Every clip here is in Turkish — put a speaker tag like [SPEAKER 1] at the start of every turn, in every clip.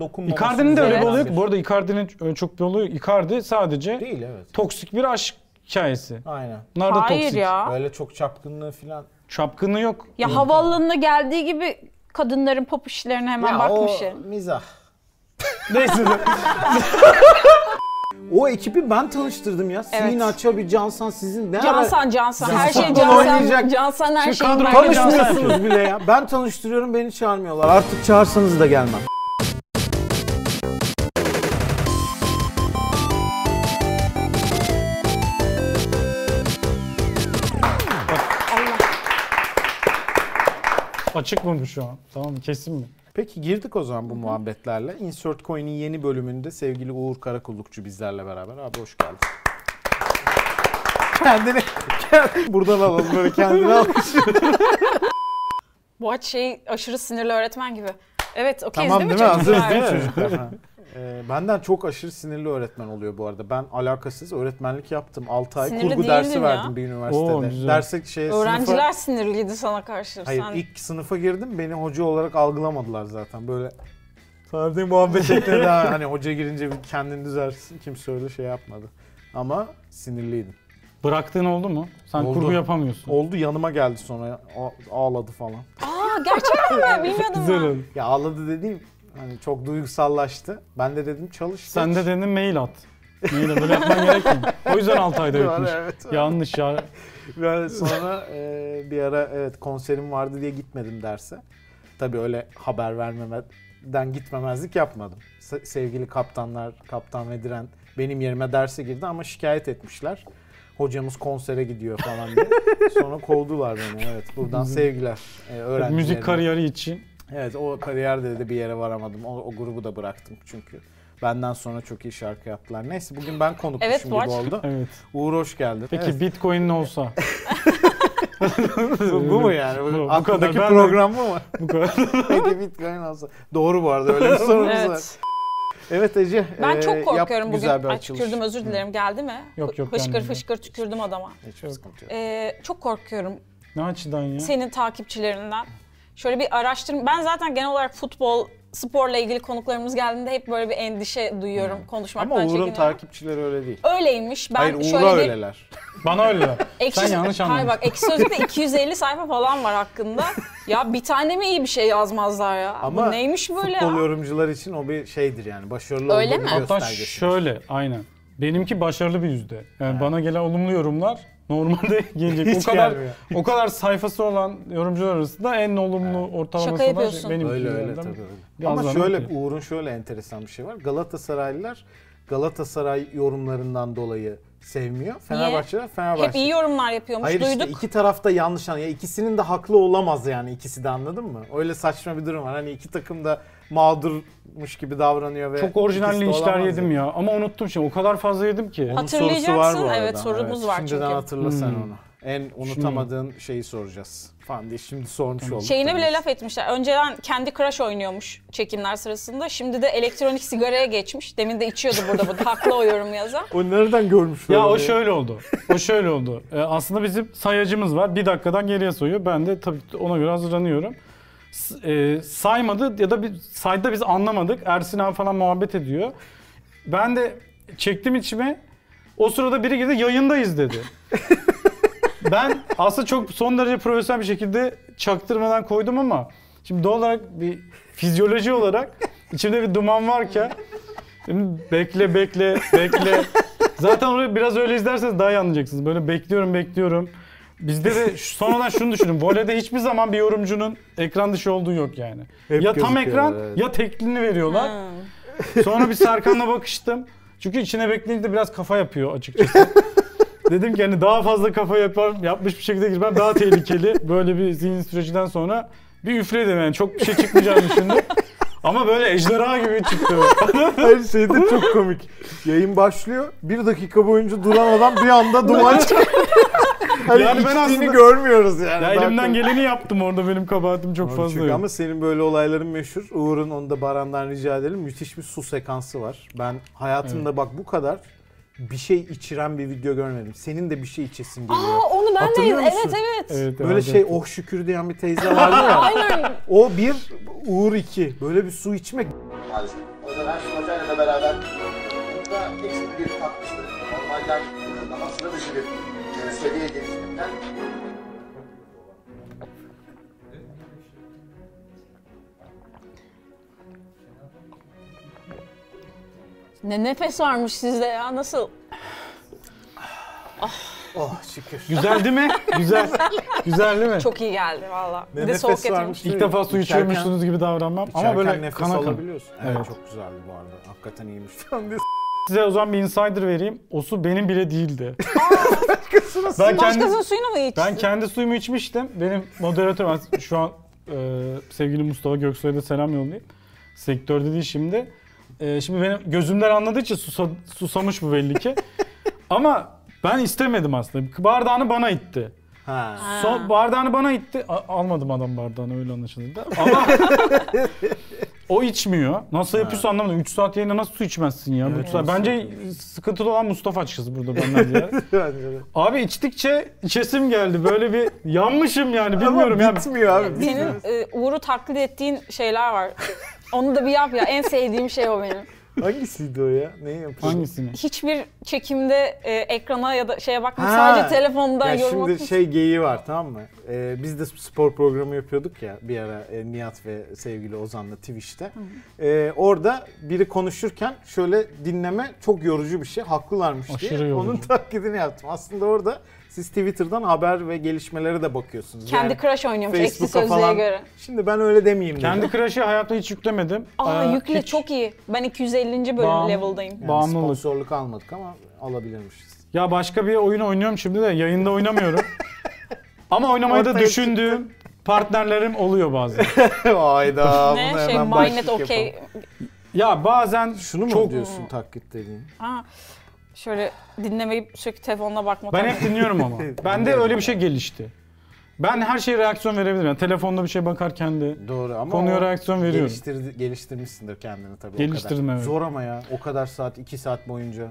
[SPEAKER 1] dokunmaması.
[SPEAKER 2] Icardi'nin de öyle
[SPEAKER 1] üzerine
[SPEAKER 2] bir
[SPEAKER 3] Evet.
[SPEAKER 2] olayı yok.
[SPEAKER 1] bahsediyor.
[SPEAKER 2] Bu arada Icardi'nin öyle çok bir olayı yok. Icardi sadece
[SPEAKER 1] Değil evet.
[SPEAKER 2] toksik bir aşk hikayesi.
[SPEAKER 1] Aynen.
[SPEAKER 2] Bunlar da
[SPEAKER 3] Hayır
[SPEAKER 2] toksik.
[SPEAKER 3] ya.
[SPEAKER 1] Böyle çok çapkınlığı falan.
[SPEAKER 2] Çapkını yok.
[SPEAKER 3] Ya havaalanına geldiği gibi kadınların pop işlerine hemen
[SPEAKER 1] Ya
[SPEAKER 3] bakmış.
[SPEAKER 1] o
[SPEAKER 3] ya.
[SPEAKER 1] mizah. Neyse. o ekibi ben tanıştırdım ya.
[SPEAKER 3] Evet.
[SPEAKER 1] Sina, Çabi, Cansan sizin. Ne ara-
[SPEAKER 3] Cansan, Cansan. Her şey
[SPEAKER 1] Futbol oynayacak.
[SPEAKER 3] Cansan. Cansan her
[SPEAKER 2] Şu
[SPEAKER 3] şey.
[SPEAKER 2] kadro-
[SPEAKER 1] Tanışmıyorsunuz bile ya. Ben tanıştırıyorum beni çağırmıyorlar. Artık çağırsanız da gelmem.
[SPEAKER 2] Açık mı bu şu an? Tamam mı? Kesin mi?
[SPEAKER 1] Peki girdik o zaman bu muhabbetlerle. Insert Coin'in yeni bölümünde sevgili Uğur Karakullukçu bizlerle beraber. Abi hoş geldin. kendini, kendini buradan alalım böyle kendini al.
[SPEAKER 3] Bu aç şey aşırı sinirli öğretmen gibi. Evet okeyiz
[SPEAKER 1] tamam
[SPEAKER 3] değil mi?
[SPEAKER 1] Hazırız
[SPEAKER 3] çocuklar?
[SPEAKER 1] değil mi çocuklar? Ha. Ee, benden çok aşırı sinirli öğretmen oluyor bu arada. Ben alakasız öğretmenlik yaptım. 6 ay
[SPEAKER 3] Sinirli
[SPEAKER 1] kurgu dersi
[SPEAKER 3] değildin ya.
[SPEAKER 1] verdim bir üniversitede.
[SPEAKER 2] Oo, güzel.
[SPEAKER 1] Derse şeye, sınıfa...
[SPEAKER 3] Öğrenciler sinirliydi sana karşı.
[SPEAKER 1] Hayır
[SPEAKER 3] Sen...
[SPEAKER 1] ilk sınıfa girdim beni hoca olarak algılamadılar zaten böyle. Sardı muhabbet şeklinde daha hani hoca girince bir kendini düzelsin kimse öyle şey yapmadı. Ama sinirliydim.
[SPEAKER 2] Bıraktığın oldu mu? Sen
[SPEAKER 1] Oldu.
[SPEAKER 2] kurgu yapamıyorsun.
[SPEAKER 1] Oldu yanıma geldi sonra a- ağladı falan.
[SPEAKER 3] Aa gerçekten mi? Bilmiyordum
[SPEAKER 2] Güzel
[SPEAKER 3] ben.
[SPEAKER 2] oldu.
[SPEAKER 1] Ya ağladı dediğim hani çok duygusallaştı. Ben de dedim çalış.
[SPEAKER 2] Sen de dedin mail at. Mail at. Böyle yapman gerekmiyor. O yüzden 6 ayda yokmuş.
[SPEAKER 1] Evet.
[SPEAKER 2] Yanlış ya.
[SPEAKER 1] Ve sonra e, bir ara evet konserim vardı diye gitmedim derse. Tabii öyle haber vermemeden gitmemezlik yapmadım. Se- sevgili kaptanlar, kaptan ve diren benim yerime derse girdi ama şikayet etmişler. Hocamız konsere gidiyor falan diye. Sonra kovdular beni evet. Buradan sevgiler e, öğrencilerime.
[SPEAKER 2] Müzik kariyeri için.
[SPEAKER 1] Evet o kariyerde de bir yere varamadım. O, o grubu da bıraktım çünkü. Benden sonra çok iyi şarkı yaptılar. Neyse bugün ben konukmuşum
[SPEAKER 3] Evet,
[SPEAKER 1] gibi
[SPEAKER 3] Boğaç.
[SPEAKER 1] oldu.
[SPEAKER 2] Evet.
[SPEAKER 1] Uğur hoş geldin.
[SPEAKER 2] Peki
[SPEAKER 1] Evet.
[SPEAKER 2] Bitcoin ne olsa?
[SPEAKER 1] Bu, bu mu yani? Bu,
[SPEAKER 2] Bu- bu
[SPEAKER 1] Akadaki
[SPEAKER 2] kadar. Ben de-
[SPEAKER 1] program bu mu?
[SPEAKER 2] Bu kadar.
[SPEAKER 1] Peki Bitcoin olsa. Doğru bu arada öyle bir sorumuz var.
[SPEAKER 3] Evet.
[SPEAKER 1] Evet Ece.
[SPEAKER 3] Ben
[SPEAKER 1] ee,
[SPEAKER 3] çok
[SPEAKER 1] yap
[SPEAKER 3] korkuyorum bugün.
[SPEAKER 1] Güzel bir
[SPEAKER 3] Ay
[SPEAKER 1] açılış.
[SPEAKER 3] tükürdüm özür dilerim. Geldi mi?
[SPEAKER 2] Yok, yok,
[SPEAKER 3] Fışkır
[SPEAKER 2] gelmedi.
[SPEAKER 3] fışkır tükürdüm adama.
[SPEAKER 1] Hiçbir sıkıntı yok.
[SPEAKER 3] Ee, çok korkuyorum
[SPEAKER 2] Ne açıdan ya?
[SPEAKER 3] senin takipçilerinden. Şöyle bir araştırma. Ben zaten genel olarak futbol, sporla ilgili konuklarımız geldiğinde hep böyle bir endişe duyuyorum konuşmaktan
[SPEAKER 1] Ama Uğur'un
[SPEAKER 3] çekiniyorum.
[SPEAKER 1] takipçileri öyle değil.
[SPEAKER 3] Öyleymiş. Ben
[SPEAKER 1] Hayır
[SPEAKER 3] şöyle
[SPEAKER 1] Uğur'a
[SPEAKER 3] bir
[SPEAKER 1] öyleler.
[SPEAKER 2] Bana öyle.
[SPEAKER 3] Ekşi,
[SPEAKER 2] Sen yanlış
[SPEAKER 3] Hayır
[SPEAKER 2] anladın.
[SPEAKER 3] bak ekşi sözlükte 250 sayfa falan var hakkında. Ya bir tane mi iyi bir şey yazmazlar ya?
[SPEAKER 1] Ama
[SPEAKER 3] Bu neymiş böyle
[SPEAKER 1] Futbol
[SPEAKER 3] ya?
[SPEAKER 1] yorumcular için o bir şeydir yani. Başarılı
[SPEAKER 3] Öyle
[SPEAKER 1] olduğu bir
[SPEAKER 3] mi?
[SPEAKER 2] Hatta
[SPEAKER 1] göstergesi.
[SPEAKER 2] şöyle aynen. Benimki başarılı bir yüzde. Yani bana gelen olumlu yorumlar normalde gelecek.
[SPEAKER 1] Hiç
[SPEAKER 2] o kadar
[SPEAKER 1] gelmiyor.
[SPEAKER 2] o kadar sayfası olan yorumcular arasında en olumlu ortalaması
[SPEAKER 3] Şaka
[SPEAKER 2] olan şey
[SPEAKER 3] yapıyorsun.
[SPEAKER 2] benim
[SPEAKER 1] Öyle öyle
[SPEAKER 2] yüzümden.
[SPEAKER 1] tabii öyle.
[SPEAKER 2] Biraz
[SPEAKER 1] Ama
[SPEAKER 2] daha
[SPEAKER 1] şöyle
[SPEAKER 2] belki.
[SPEAKER 1] Uğur'un şöyle enteresan bir şey var. Galatasaraylılar Galatasaray yorumlarından dolayı sevmiyor. Fenerbahçeler Fenerbahçe.
[SPEAKER 3] Hep iyi yorumlar yapıyormuş.
[SPEAKER 1] Hayır
[SPEAKER 3] Duyduk.
[SPEAKER 1] işte iki tarafta yanlış anlıyor. Ya ikisinin de haklı olamaz yani ikisi de anladın mı? Öyle saçma bir durum var. Hani iki takım da mağdurmuş gibi davranıyor ve
[SPEAKER 2] Çok orijinal
[SPEAKER 1] ikisi de
[SPEAKER 2] linçler
[SPEAKER 1] olamaz
[SPEAKER 2] yedim
[SPEAKER 1] yani.
[SPEAKER 2] ya. Ama unuttum şimdi. O kadar fazla yedim ki.
[SPEAKER 1] Onun
[SPEAKER 3] Hatırlayacaksın.
[SPEAKER 1] sorusu var bu arada.
[SPEAKER 3] Evet, sorumuz var
[SPEAKER 1] Şimdiden
[SPEAKER 3] çünkü.
[SPEAKER 1] hatırla sen
[SPEAKER 2] Hmm.
[SPEAKER 1] onu. En unutamadığın şeyi soracağız. Falan diye şimdi sormuş olduk.
[SPEAKER 3] Şeyine
[SPEAKER 1] tabii.
[SPEAKER 3] bile laf etmişler. Önceden kendi crush oynuyormuş çekimler sırasında. Şimdi de elektronik sigaraya geçmiş. Demin de içiyordu burada bu. Haklı o yorum yazan.
[SPEAKER 1] O nereden görmüş
[SPEAKER 2] Ya o
[SPEAKER 1] böyle?
[SPEAKER 2] şöyle oldu. O şöyle oldu. Ee, aslında bizim sayacımız var. Bir dakikadan geriye sayıyor. Ben de tabii ona göre hazırlanıyorum. S- e, saymadı ya da bir sayda biz anlamadık. Ersin abi falan muhabbet ediyor. Ben de çektim içime. O sırada biri girdi yayındayız dedi. ben aslında çok son derece profesyonel bir şekilde çaktırmadan koydum ama şimdi doğal olarak bir fizyoloji olarak içimde bir duman varken şimdi bekle bekle bekle zaten orayı biraz öyle izlerseniz daha iyi anlayacaksınız. Böyle bekliyorum bekliyorum. Bizde de şu- sonradan şunu düşünün. Voleyde hiçbir zaman bir yorumcunun ekran dışı olduğu yok yani.
[SPEAKER 1] Hep
[SPEAKER 2] ya tam
[SPEAKER 1] gözüküyorlar,
[SPEAKER 2] ekran
[SPEAKER 1] evet.
[SPEAKER 2] ya teklini veriyorlar.
[SPEAKER 3] Hmm.
[SPEAKER 2] Sonra bir Serkan'la bakıştım. Çünkü içine bekleyince de biraz kafa yapıyor açıkçası. Dedim ki hani daha fazla kafa yapar, yapmış bir şekilde girmem daha tehlikeli. Böyle bir zihin sürecinden sonra bir üfledim yani çok bir şey çıkmayacağını düşündüm. Ama böyle ejderha gibi çıktı.
[SPEAKER 1] Her şey de çok komik. Yayın başlıyor. Bir dakika boyunca duran adam bir anda duman çıkıyor. hani
[SPEAKER 2] Yani ben
[SPEAKER 1] içtiğini
[SPEAKER 2] aslında-
[SPEAKER 1] görmüyoruz yani.
[SPEAKER 2] ya
[SPEAKER 1] Daha
[SPEAKER 2] elimden
[SPEAKER 1] komik.
[SPEAKER 2] geleni yaptım orada benim kabahatim çok
[SPEAKER 1] Doğru,
[SPEAKER 2] fazla
[SPEAKER 1] çünkü
[SPEAKER 2] yok.
[SPEAKER 1] ama senin böyle olayların meşhur. Uğur'un onu da Baran'dan rica edelim. Müthiş bir su sekansı var. Ben hayatımda bak bu kadar bir şey içiren bir video görmedim. Senin de bir şey içesin geliyor.
[SPEAKER 3] Aa onu ben de
[SPEAKER 1] Hatırlıyor musun?
[SPEAKER 3] Evet evet.
[SPEAKER 2] Evet,
[SPEAKER 1] Böyle
[SPEAKER 2] evet.
[SPEAKER 1] şey oh şükür diyen bir teyze vardı ya.
[SPEAKER 3] Aynen.
[SPEAKER 1] O bir, Uğur iki. Böyle bir su içmek
[SPEAKER 4] maalesef. O yüzden Hoca ile beraber burada eksik bir tatlısı. Normalden daha sıra dışı bir e, seviyeye gelişmekten
[SPEAKER 3] Ne nefes varmış sizde ya nasıl?
[SPEAKER 1] Oh şükür.
[SPEAKER 2] Güzel değil mi? Güzel. Güzel değil mi?
[SPEAKER 3] Çok iyi geldi valla.
[SPEAKER 1] Ne
[SPEAKER 3] Bir de soğuk
[SPEAKER 1] nefes
[SPEAKER 3] getirmiş.
[SPEAKER 1] varmış.
[SPEAKER 2] İlk defa su
[SPEAKER 1] İçerken-
[SPEAKER 2] içiyormuşsunuz gibi davranmam ama böyle
[SPEAKER 1] nefes
[SPEAKER 2] kana kana.
[SPEAKER 1] alabiliyorsun. Evet.
[SPEAKER 2] Evet.
[SPEAKER 1] çok güzeldi bu arada. Hakikaten iyiymiş falan diye
[SPEAKER 2] Size o zaman bir insider vereyim. O su benim bile değildi. ben kendi,
[SPEAKER 3] Başkasının suyunu mu içtin?
[SPEAKER 2] ben kendi suyumu içmiştim. Benim moderatörüm şu an e, sevgili Mustafa Göksoy'a da selam yollayayım. Sektörde değil şimdi. E, şimdi benim gözümden anladığı için susa- susamış bu belli ki. Ama ben istemedim aslında. Bardağını bana itti.
[SPEAKER 1] Ha.
[SPEAKER 2] Son bardağını bana itti. A- almadım adam bardağını öyle anlaşıldı. Ama o içmiyor. Nasıl yapıyorsa anlamadım. 3 saat yayında nasıl su içmezsin ya? Bu
[SPEAKER 1] Evet,
[SPEAKER 2] saat-
[SPEAKER 1] nasıl
[SPEAKER 2] Bence sıkıntılı olan Mustafa açıkçası burada benden diye.
[SPEAKER 1] Bence de.
[SPEAKER 2] Abi içtikçe içesim geldi. Böyle bir yanmışım yani bilmiyorum ya.
[SPEAKER 1] Ama bitmiyor abi.
[SPEAKER 3] Senin e, Uğur'u taklit ettiğin şeyler var. Onu da bir yap ya. En sevdiğim şey o benim.
[SPEAKER 1] Hangisiydi o ya? Neyi yapıyorsun?
[SPEAKER 2] Hangisini?
[SPEAKER 3] Hiçbir çekimde e, ekrana ya da şeye bakmıyor.
[SPEAKER 1] Ha.
[SPEAKER 3] Sadece telefondan
[SPEAKER 1] Ya
[SPEAKER 3] yorum
[SPEAKER 1] şimdi
[SPEAKER 3] atmış.
[SPEAKER 1] şey geyiği var tamam mı? Ee, biz de spor programı yapıyorduk ya bir ara e, Nihat ve sevgili Ozan'la Twitch'te. Ee, orada biri konuşurken şöyle dinleme çok yorucu bir şey. Haklılarmış
[SPEAKER 2] Aşırı
[SPEAKER 1] diye
[SPEAKER 2] yorucu.
[SPEAKER 1] onun taklidini yaptım. Aslında orada siz Twitter'dan haber ve gelişmelere de bakıyorsunuz.
[SPEAKER 3] Kendi
[SPEAKER 1] Yani
[SPEAKER 3] crush oynuyormuş eksi
[SPEAKER 1] Facebook'a
[SPEAKER 3] sözlüğe
[SPEAKER 1] falan.
[SPEAKER 3] göre.
[SPEAKER 1] Şimdi ben öyle demeyeyim dedim.
[SPEAKER 2] Kendi crush'ı hayatta hiç yüklemedim.
[SPEAKER 3] Aa
[SPEAKER 2] Ee,
[SPEAKER 3] yükle
[SPEAKER 2] hiç-
[SPEAKER 3] çok iyi. Ben 250. bölüm
[SPEAKER 2] Bağım-
[SPEAKER 3] level'dayım.
[SPEAKER 1] Yani
[SPEAKER 2] Bağımlılık.
[SPEAKER 1] sponsorluk almadık ama alabilirmişiz.
[SPEAKER 2] Ya başka bir oyun oynuyorum şimdi de yayında oynamıyorum. Ama oynamayı da
[SPEAKER 1] Ortaya
[SPEAKER 2] düşündüğüm partnerlerim oluyor bazen.
[SPEAKER 1] Hayda. buna
[SPEAKER 3] ne şey
[SPEAKER 1] hemen
[SPEAKER 3] Mynet
[SPEAKER 1] başlık yapalım.
[SPEAKER 3] okey.
[SPEAKER 2] Ya bazen
[SPEAKER 1] Şunu mu
[SPEAKER 2] çok
[SPEAKER 1] diyorsun taklit dediğin?
[SPEAKER 3] Ha. Şöyle dinlemeyip sürekli telefonla bakma.
[SPEAKER 2] Ben
[SPEAKER 3] tabii.
[SPEAKER 2] hep dinliyorum ama. Bende öyle bir şey gelişti. Ben her şeye reaksiyon verebilirim. Yani telefonda bir şey bakarken de.
[SPEAKER 1] Doğru ama
[SPEAKER 2] Konuya
[SPEAKER 1] o
[SPEAKER 2] reaksiyon veriyorum.
[SPEAKER 1] geliştirdi- geliştirmişsindir kendini tabii o
[SPEAKER 2] Geliştirdim,
[SPEAKER 1] kadar.
[SPEAKER 2] evet.
[SPEAKER 1] Zor ama ya o kadar saat 2 saat boyunca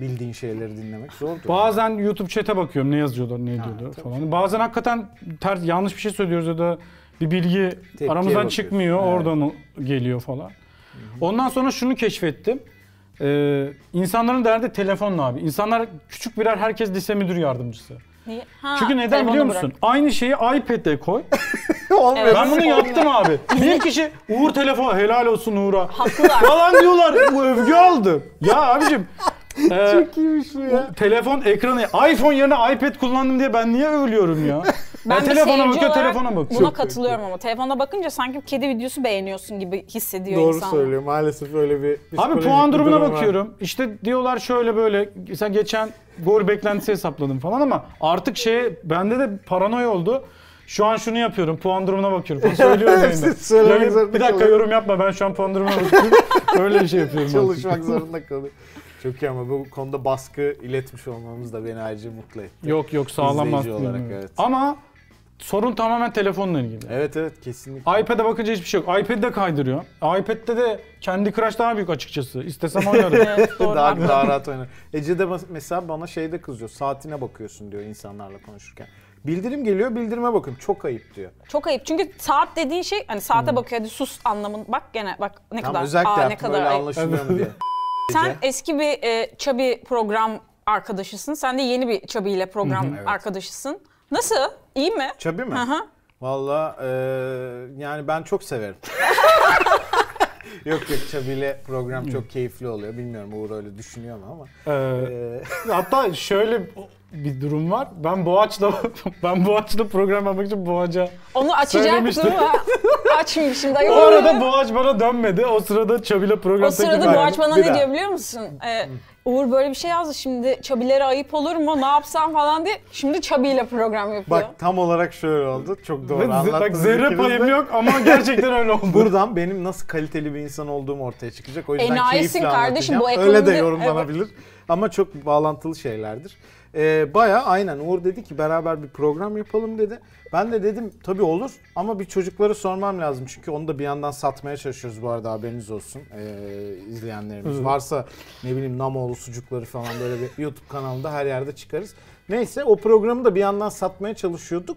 [SPEAKER 1] bildiğin şeyleri dinlemek zordur.
[SPEAKER 2] Bazen YouTube chat'e bakıyorum ne yazıyorlar, ne ediyorlar
[SPEAKER 1] tabii.
[SPEAKER 2] falan. Bazen hakikaten ters yanlış bir şey söylüyoruz ya da bir bilgi
[SPEAKER 1] Tepkiye
[SPEAKER 2] aramızdan
[SPEAKER 1] bakıyorsun.
[SPEAKER 2] çıkmıyor,
[SPEAKER 1] Evet.
[SPEAKER 2] oradan o- geliyor falan. Ondan sonra şunu keşfettim. Ee, insanların derdi telefonla abi. İnsanlar küçük birer herkes lise müdür yardımcısı.
[SPEAKER 3] Niye? Ha,
[SPEAKER 2] Çünkü neden
[SPEAKER 3] telefonu
[SPEAKER 2] biliyor
[SPEAKER 3] bırak.
[SPEAKER 2] musun? Aynı şeyi iPad'e koy.
[SPEAKER 1] Olmuyor.
[SPEAKER 3] Evet.
[SPEAKER 2] Ben bunu yaptım abi. Bir kişi Uğur telefon helal olsun Uğur'a.
[SPEAKER 3] Haklılar.
[SPEAKER 2] falan diyorlar. Bu övgü aldı. Ya abicim. e,
[SPEAKER 1] Kimmiş bu ya?
[SPEAKER 2] telefon ekranı iPhone yerine iPad kullandım diye ben niye övülüyorum ya?
[SPEAKER 3] Ben
[SPEAKER 2] Ya
[SPEAKER 3] bir
[SPEAKER 2] telefona
[SPEAKER 3] seyirci
[SPEAKER 2] bakıyor,
[SPEAKER 3] olarak
[SPEAKER 2] telefona bakıyor.
[SPEAKER 3] Buna katılıyorum ama telefona bakınca sanki kedi videosu beğeniyorsun gibi hissediyor
[SPEAKER 1] Doğru
[SPEAKER 3] insan.
[SPEAKER 1] söylüyor. Maalesef öyle bir
[SPEAKER 2] Abi
[SPEAKER 1] psikolojik
[SPEAKER 2] puan
[SPEAKER 1] bir
[SPEAKER 2] durumuna
[SPEAKER 1] durum var.
[SPEAKER 2] bakıyorum. İşte diyorlar şöyle böyle. Sen geçen gol beklentisi hesapladım falan ama artık şey bende de paranoya oldu. Şu an şunu yapıyorum. Puan durumuna bakıyorum. falan. Söylüyorum
[SPEAKER 1] Hepsi
[SPEAKER 2] yayında.
[SPEAKER 1] söylemek
[SPEAKER 2] Yayın-
[SPEAKER 1] zorunda
[SPEAKER 2] bir dakika
[SPEAKER 1] kalıyorum.
[SPEAKER 2] yorum yapma. Ben şu an puan durumuna bakıyorum. Öyle bir şey yapıyorum. artık.
[SPEAKER 1] Çalışmak zorunda kalıyor. Çok iyi ama bu konuda baskı iletmiş olmamız da beni ayrıca mutlu etti.
[SPEAKER 2] Yok yok sağlam
[SPEAKER 1] İzleyici
[SPEAKER 2] baskı
[SPEAKER 1] olarak,
[SPEAKER 2] yemiyor.
[SPEAKER 1] evet.
[SPEAKER 2] Ama sorun tamamen telefonla ilgili.
[SPEAKER 1] Evet evet kesinlikle.
[SPEAKER 2] iPad'e bakınca hiçbir şey yok. iPad'de kaydırıyor. iPad'de de kendi Crush daha büyük açıkçası. İstesem oynarım.
[SPEAKER 3] Evet, doğru.
[SPEAKER 1] daha, daha rahat oynar. Ece de bas- mesela bana şeyde kızıyor. Saatine bakıyorsun diyor insanlarla konuşurken. Bildirim geliyor, bildirime bakın. Çok ayıp diyor.
[SPEAKER 3] Çok ayıp. Çünkü saat dediğin şey hani saate bakıyor hadi sus anlamın. Bak gene bak ne
[SPEAKER 1] Tam
[SPEAKER 3] kadar.
[SPEAKER 1] Hmm. özellikle
[SPEAKER 3] Aa, ne
[SPEAKER 1] yaptım,
[SPEAKER 3] kadar
[SPEAKER 1] öyle
[SPEAKER 3] ayıp.
[SPEAKER 1] anlaşılmıyor mu diye.
[SPEAKER 3] Sen eski bir e, Chubby program arkadaşısın. Sen de yeni bir Chubby ile program arkadaşısın. Nasıl? İyi mi?
[SPEAKER 1] Çabi mi?
[SPEAKER 3] Hı hı.
[SPEAKER 1] Valla eee, yani ben çok severim. yok yok Çabi'yle program çok keyifli oluyor. Bilmiyorum Uğur öyle düşünüyor mu ama.
[SPEAKER 2] Ee,
[SPEAKER 1] Eee,
[SPEAKER 2] hatta şöyle bir durum var. Ben Boğaç'la ben Boğaç'la program yapmak için Boğaç'a.
[SPEAKER 3] Onu açacaktım
[SPEAKER 2] Söylemiştim.
[SPEAKER 3] ama açmayayım da.
[SPEAKER 2] O arada Boğaç bana dönmedi. O sırada Çabi'yle program
[SPEAKER 3] O sırada
[SPEAKER 2] teklifi
[SPEAKER 3] Boğaç bana
[SPEAKER 1] Bir
[SPEAKER 3] ne
[SPEAKER 1] daha.
[SPEAKER 3] diyor biliyor musun? Ee, Uğur böyle bir şey yazdı şimdi Çabilere ayıp olur mu ne yapsam falan diye. Şimdi Çabi ile program yapıyor.
[SPEAKER 1] bak tam olarak şöyle oldu. Çok doğru
[SPEAKER 2] Ve ze-
[SPEAKER 1] anlattınız.
[SPEAKER 2] Bak zerre
[SPEAKER 1] ikiniz de.
[SPEAKER 2] payım yok ama gerçekten öyle oldu.
[SPEAKER 1] Buradan benim nasıl kaliteli bir insan olduğum ortaya çıkacak. O yüzden
[SPEAKER 3] Enayisin
[SPEAKER 1] keyifle
[SPEAKER 3] kardeşim,
[SPEAKER 1] anlatacağım.
[SPEAKER 3] bu
[SPEAKER 1] Öyle de
[SPEAKER 3] ekonomide-
[SPEAKER 1] yorumlanabilir. Ama çok bağlantılı şeylerdir. Ee, Baya aynen Uğur dedi ki beraber bir program yapalım dedi. Ben de dedim tabii olur ama bir çocuklara sormam lazım. Çünkü onu da bir yandan satmaya çalışıyoruz bu arada haberiniz olsun. Ee, izleyenlerimiz varsa ne bileyim Namoğlu sucukları falan böyle bir YouTube kanalında her yerde çıkarız. Neyse o programı da bir yandan satmaya çalışıyorduk.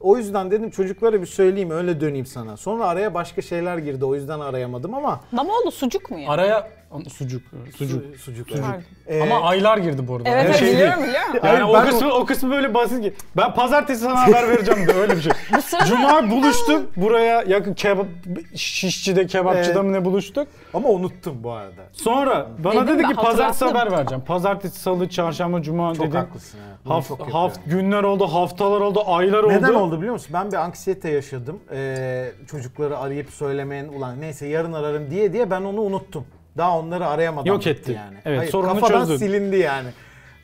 [SPEAKER 1] O yüzden dedim çocuklara bir söyleyeyim öyle döneyim sana. Sonra araya başka şeyler girdi o yüzden arayamadım ama
[SPEAKER 3] Damoğlu sucuk mu ya?
[SPEAKER 2] Araya sucuk, sucuk.
[SPEAKER 1] Su- sucuk.
[SPEAKER 3] Pardon.
[SPEAKER 1] Ee,
[SPEAKER 2] Ama aylar girdi bu arada.
[SPEAKER 3] Evet,
[SPEAKER 2] Yani
[SPEAKER 3] evet
[SPEAKER 2] şey değil.
[SPEAKER 3] biliyorum biliyorum.
[SPEAKER 2] Yani
[SPEAKER 1] Hayır,
[SPEAKER 2] o
[SPEAKER 1] ben o-
[SPEAKER 2] kısmı o kısmı böyle basit ki. Ben pazartesi sana haber vereceğim de öyle bir şey. Cuma buluştuk. Buraya yakın kebap şişçide kebapçıda
[SPEAKER 1] Evet.
[SPEAKER 2] mı ne buluştuk.
[SPEAKER 1] ama unuttum bu arada.
[SPEAKER 2] Sonra bana
[SPEAKER 3] Dedim
[SPEAKER 2] dedi
[SPEAKER 3] ben,
[SPEAKER 2] ki pazartesi
[SPEAKER 3] hatırlattım.
[SPEAKER 2] haber vereceğim. Pazartesi, salı, çarşamba, cuma
[SPEAKER 1] Çok
[SPEAKER 2] dedim.
[SPEAKER 1] haklısın. ha. Bunu
[SPEAKER 2] Haft,
[SPEAKER 1] çok yapıyorum.
[SPEAKER 2] haft günler oldu, haftalar oldu, aylar oldu.
[SPEAKER 1] Neden oldu biliyor musun? Ben bir anksiyete yaşadım. Ee, çocukları arayıp söylemeyen ulan neyse yarın ararım diye diye ben onu unuttum. Daha onları arayamadım.
[SPEAKER 2] Yok
[SPEAKER 1] gitti
[SPEAKER 2] etti.
[SPEAKER 1] Yani.
[SPEAKER 2] Evet,
[SPEAKER 1] Hayır,
[SPEAKER 2] sorunu
[SPEAKER 1] kafadan
[SPEAKER 2] çözdün.
[SPEAKER 1] silindi yani.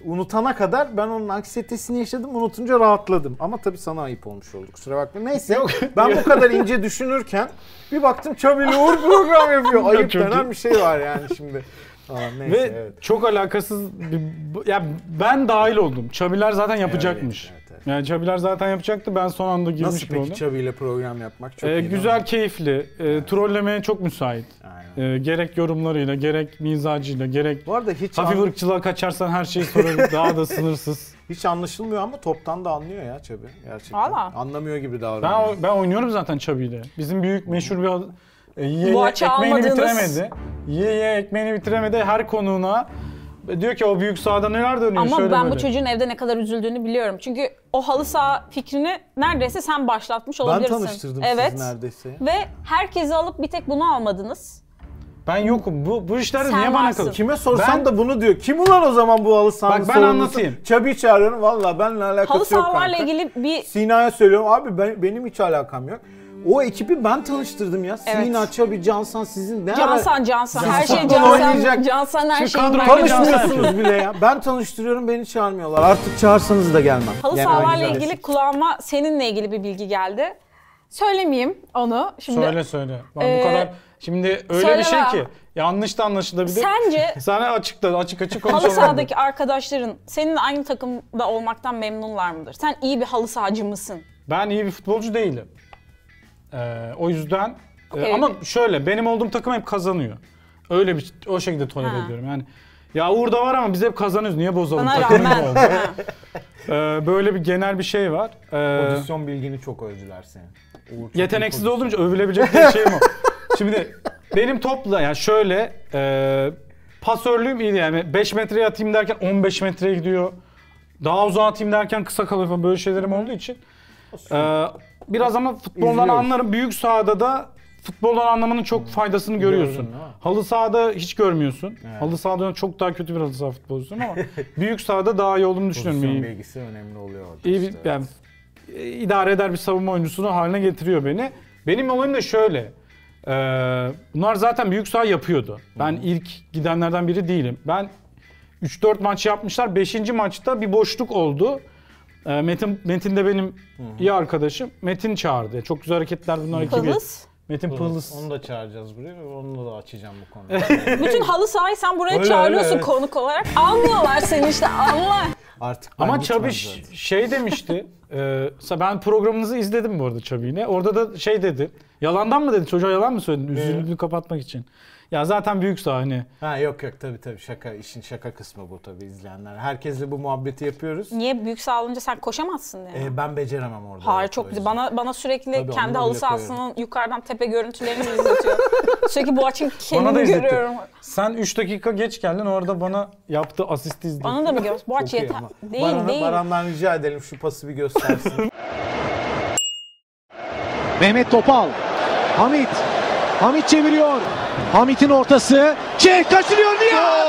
[SPEAKER 1] Unutana kadar ben onun anksiyetesini yaşadım. Unutunca rahatladım. Ama tabii sana ayıp olmuş oldu. Kusura bakma. Neyse ben bu kadar ince düşünürken bir baktım Çabil Uğur program yapıyor. Ayıp
[SPEAKER 2] Çok iyi.
[SPEAKER 1] denen bir şey var yani şimdi. Aa, neyse
[SPEAKER 2] Ve
[SPEAKER 1] evet.
[SPEAKER 2] çok alakasız bir, bu- ya ben dahil oldum. Çabiler zaten yapacakmış.
[SPEAKER 1] evet, evet.
[SPEAKER 2] Yani Çabiler zaten yapacaktı. Ben son anda girmiş
[SPEAKER 1] Nasıl
[SPEAKER 2] bir
[SPEAKER 1] peki
[SPEAKER 2] oldum.
[SPEAKER 1] Çabi ile program yapmak? Çok
[SPEAKER 2] Ee,
[SPEAKER 1] iyi değil
[SPEAKER 2] güzel,
[SPEAKER 1] mi?
[SPEAKER 2] keyifli. Ee, Trollemeye çok müsait.
[SPEAKER 1] Aynen.
[SPEAKER 2] Ee, gerek yorumlarıyla, gerek mizacıyla, gerek
[SPEAKER 1] Bu arada hiç
[SPEAKER 2] hafif
[SPEAKER 1] an-
[SPEAKER 2] ırkçılığa kaçarsan her şeyi sorar. daha da sınırsız.
[SPEAKER 1] Hiç anlaşılmıyor ama toptan da anlıyor ya Çabi gerçekten.
[SPEAKER 3] Valla.
[SPEAKER 1] Anlamıyor gibi
[SPEAKER 2] Ben
[SPEAKER 1] davranıyor.
[SPEAKER 2] ben oynuyorum zaten Çabi'yle. Bizim büyük meşhur bir e, ye, ye,
[SPEAKER 3] Boğaça
[SPEAKER 2] ekmeğini
[SPEAKER 3] almadığınız-
[SPEAKER 2] bitiremedi. Ye ye ekmeğini bitiremedi. Her konuğuna e, diyor ki o büyük sahada neler dönüyor
[SPEAKER 3] Ama
[SPEAKER 2] şöyle
[SPEAKER 3] ben
[SPEAKER 2] böyle.
[SPEAKER 3] bu çocuğun evde ne kadar üzüldüğünü biliyorum. Çünkü o halı saha fikrini neredeyse sen başlatmış
[SPEAKER 1] Ben,
[SPEAKER 3] olabilirsin.
[SPEAKER 1] tanıştırdım
[SPEAKER 3] evet.
[SPEAKER 1] sizi neredeyse. ya.
[SPEAKER 3] Ve herkesi alıp bir tek bunu almadınız.
[SPEAKER 2] Ben yokum. Bu, bu işlerde
[SPEAKER 3] Sen
[SPEAKER 2] niye bana
[SPEAKER 3] varsın.
[SPEAKER 2] kalıyor?
[SPEAKER 1] Kime sorsam
[SPEAKER 2] Ben-
[SPEAKER 1] da bunu diyor. Kim ulan o zaman bu halı sahanın
[SPEAKER 2] Bak ben
[SPEAKER 1] sorumlusu?
[SPEAKER 2] anlatayım.
[SPEAKER 1] Çabi'yi çağırıyorum. Valla benimle alakası
[SPEAKER 3] Halı
[SPEAKER 1] yok
[SPEAKER 3] sahalarla
[SPEAKER 1] kanka.
[SPEAKER 3] ilgili bir
[SPEAKER 1] Sina'ya söylüyorum. Abi ben, benim hiç alakam yok. O ekibi ben tanıştırdım ya.
[SPEAKER 3] Evet.
[SPEAKER 1] Sina, Çabi, Cansan sizin ne ara...
[SPEAKER 3] Cansan, Cansan, her şey
[SPEAKER 1] Futbol
[SPEAKER 3] Cansan,
[SPEAKER 1] oynayacak.
[SPEAKER 3] Cansan her
[SPEAKER 2] Şu
[SPEAKER 3] şey.
[SPEAKER 2] kadro-
[SPEAKER 1] Tanışmıyorsunuz bile ya. Ben tanıştırıyorum beni çağırmıyorlar. Artık çağırsanız da gelmem.
[SPEAKER 3] Halı
[SPEAKER 1] Yani
[SPEAKER 3] sahalarla
[SPEAKER 1] aynı
[SPEAKER 3] ilgili kulağıma seninle ilgili bir bilgi geldi. Söylemeyeyim onu. Şimdi
[SPEAKER 2] Söyle söyle. Ben
[SPEAKER 3] Ee,
[SPEAKER 2] bu kadar şimdi öyle bir şey
[SPEAKER 3] söylemem.
[SPEAKER 2] ki yanlış da anlaşılabilir.
[SPEAKER 3] sence
[SPEAKER 2] Sana açıkla açık açık
[SPEAKER 3] halı
[SPEAKER 2] konuşalım.
[SPEAKER 3] sahadaki arkadaşların seninle aynı takımda olmaktan memnunlar mıdır? Sen iyi bir halı sahacı mısın?
[SPEAKER 2] Ben iyi bir futbolcu değilim. Ee, o yüzden e,
[SPEAKER 3] Okey.
[SPEAKER 2] ama şöyle benim olduğum takım hep kazanıyor. Öyle bir o şekilde tolere
[SPEAKER 3] Ha.
[SPEAKER 2] ediyorum. Yani ya Uğur da var ama biz hep kazanıyoruz. Niye bozalım
[SPEAKER 3] Sana
[SPEAKER 2] takımı gibi
[SPEAKER 3] rağmen.
[SPEAKER 2] oldu.
[SPEAKER 3] Ha.
[SPEAKER 2] Ee, böyle bir genel bir şey var. Ee,
[SPEAKER 1] Pozisyon bilgini çok övdüler seni. Uğur çok iyi
[SPEAKER 2] yeteneksiz
[SPEAKER 1] pozisyon.
[SPEAKER 2] olduğum için övülebilecek bir şey mi? o? Şimdi benim topla yani şöyle e, pasörlüğüm iyi yani 5 metreye atayım derken 15 metreye gidiyor. Daha uzağa atayım derken kısa kalıyor falan böyle şeylerim olduğu için. e, biraz ama futboldan
[SPEAKER 1] İzliyoruz.
[SPEAKER 2] anlarım. Büyük sahada da futboldan anlamanın çok faydasını görüyorsun.
[SPEAKER 1] Gördün değil mi?
[SPEAKER 2] Halı sahada hiç görmüyorsun. Halı sahada çok daha kötü bir halı saha futbolcusun ama büyük sahada daha iyi olduğunu düşünüyorum.
[SPEAKER 1] Pozisyon
[SPEAKER 2] İyi-
[SPEAKER 1] bilgisi önemli oluyor orada.
[SPEAKER 2] iyi bir,
[SPEAKER 1] işte.
[SPEAKER 2] yani, e, idare eder bir savunma oyuncusunu haline getiriyor beni. Benim olayım da şöyle. e, bunlar zaten büyük saha yapıyordu. Ben ilk gidenlerden biri değilim. Ben 3-4 maç yapmışlar. 5. maçta bir boşluk oldu. E, Metin Metin de benim iyi arkadaşım. Metin çağırdı. Çok güzel hareketler bunlar ekibi.
[SPEAKER 3] Pılız.
[SPEAKER 2] Metin Pılız.
[SPEAKER 1] Onu da çağıracağız buraya ve onu da açacağım bu konuyu.
[SPEAKER 3] Bütün halı sahayı sen buraya
[SPEAKER 1] Öyle,
[SPEAKER 3] çağırıyorsun
[SPEAKER 1] öyle, evet.
[SPEAKER 3] konuk olarak. Almıyorlar seni işte anla.
[SPEAKER 1] Artık ben
[SPEAKER 2] Ama
[SPEAKER 1] gitmem
[SPEAKER 2] Çabiş
[SPEAKER 1] zaten.
[SPEAKER 2] şey demişti. e, mesela ben programınızı izledim bu arada Çabi'yle. Orada da şey dedi. Yalandan mı dedi? Çocuğa yalan mı söyledin? Üzüldüğünü kapatmak için. Ya zaten büyük hani sahne.
[SPEAKER 1] Ha yok yok tabii tabii şaka işin şaka kısmı bu tabii izleyenler. Herkesle bu muhabbeti yapıyoruz.
[SPEAKER 3] Niye büyük sağ olunca sen koşamazsın yani?
[SPEAKER 1] Ee, ben beceremem orada.
[SPEAKER 3] Hayır
[SPEAKER 1] evet, o
[SPEAKER 3] çok güzel.
[SPEAKER 1] yüzden.
[SPEAKER 3] Bana bana sürekli
[SPEAKER 1] Tabii, onu
[SPEAKER 3] kendi
[SPEAKER 1] da
[SPEAKER 3] halı
[SPEAKER 1] bile
[SPEAKER 3] sahasının yukarıdan tepe görüntülerini izletiyor. sürekli Boğaç'ın
[SPEAKER 2] Bana da
[SPEAKER 3] kendini
[SPEAKER 2] izletti.
[SPEAKER 3] görüyorum.
[SPEAKER 2] Sen 3 dakika geç geldin orada bana yaptığı asisti izledin.
[SPEAKER 3] Bana da mı görüyorsun? Boğaç
[SPEAKER 1] Çok iyi
[SPEAKER 3] yeter.
[SPEAKER 1] ama.
[SPEAKER 3] Değil
[SPEAKER 1] Baran'a-
[SPEAKER 3] değil.
[SPEAKER 1] Baran'dan rica edelim şu pası bir göstersin.
[SPEAKER 5] Mehmet Topal. Hamit. Hamit çeviriyor. Hamit'in ortası. Çek kaçırıyor Nihat.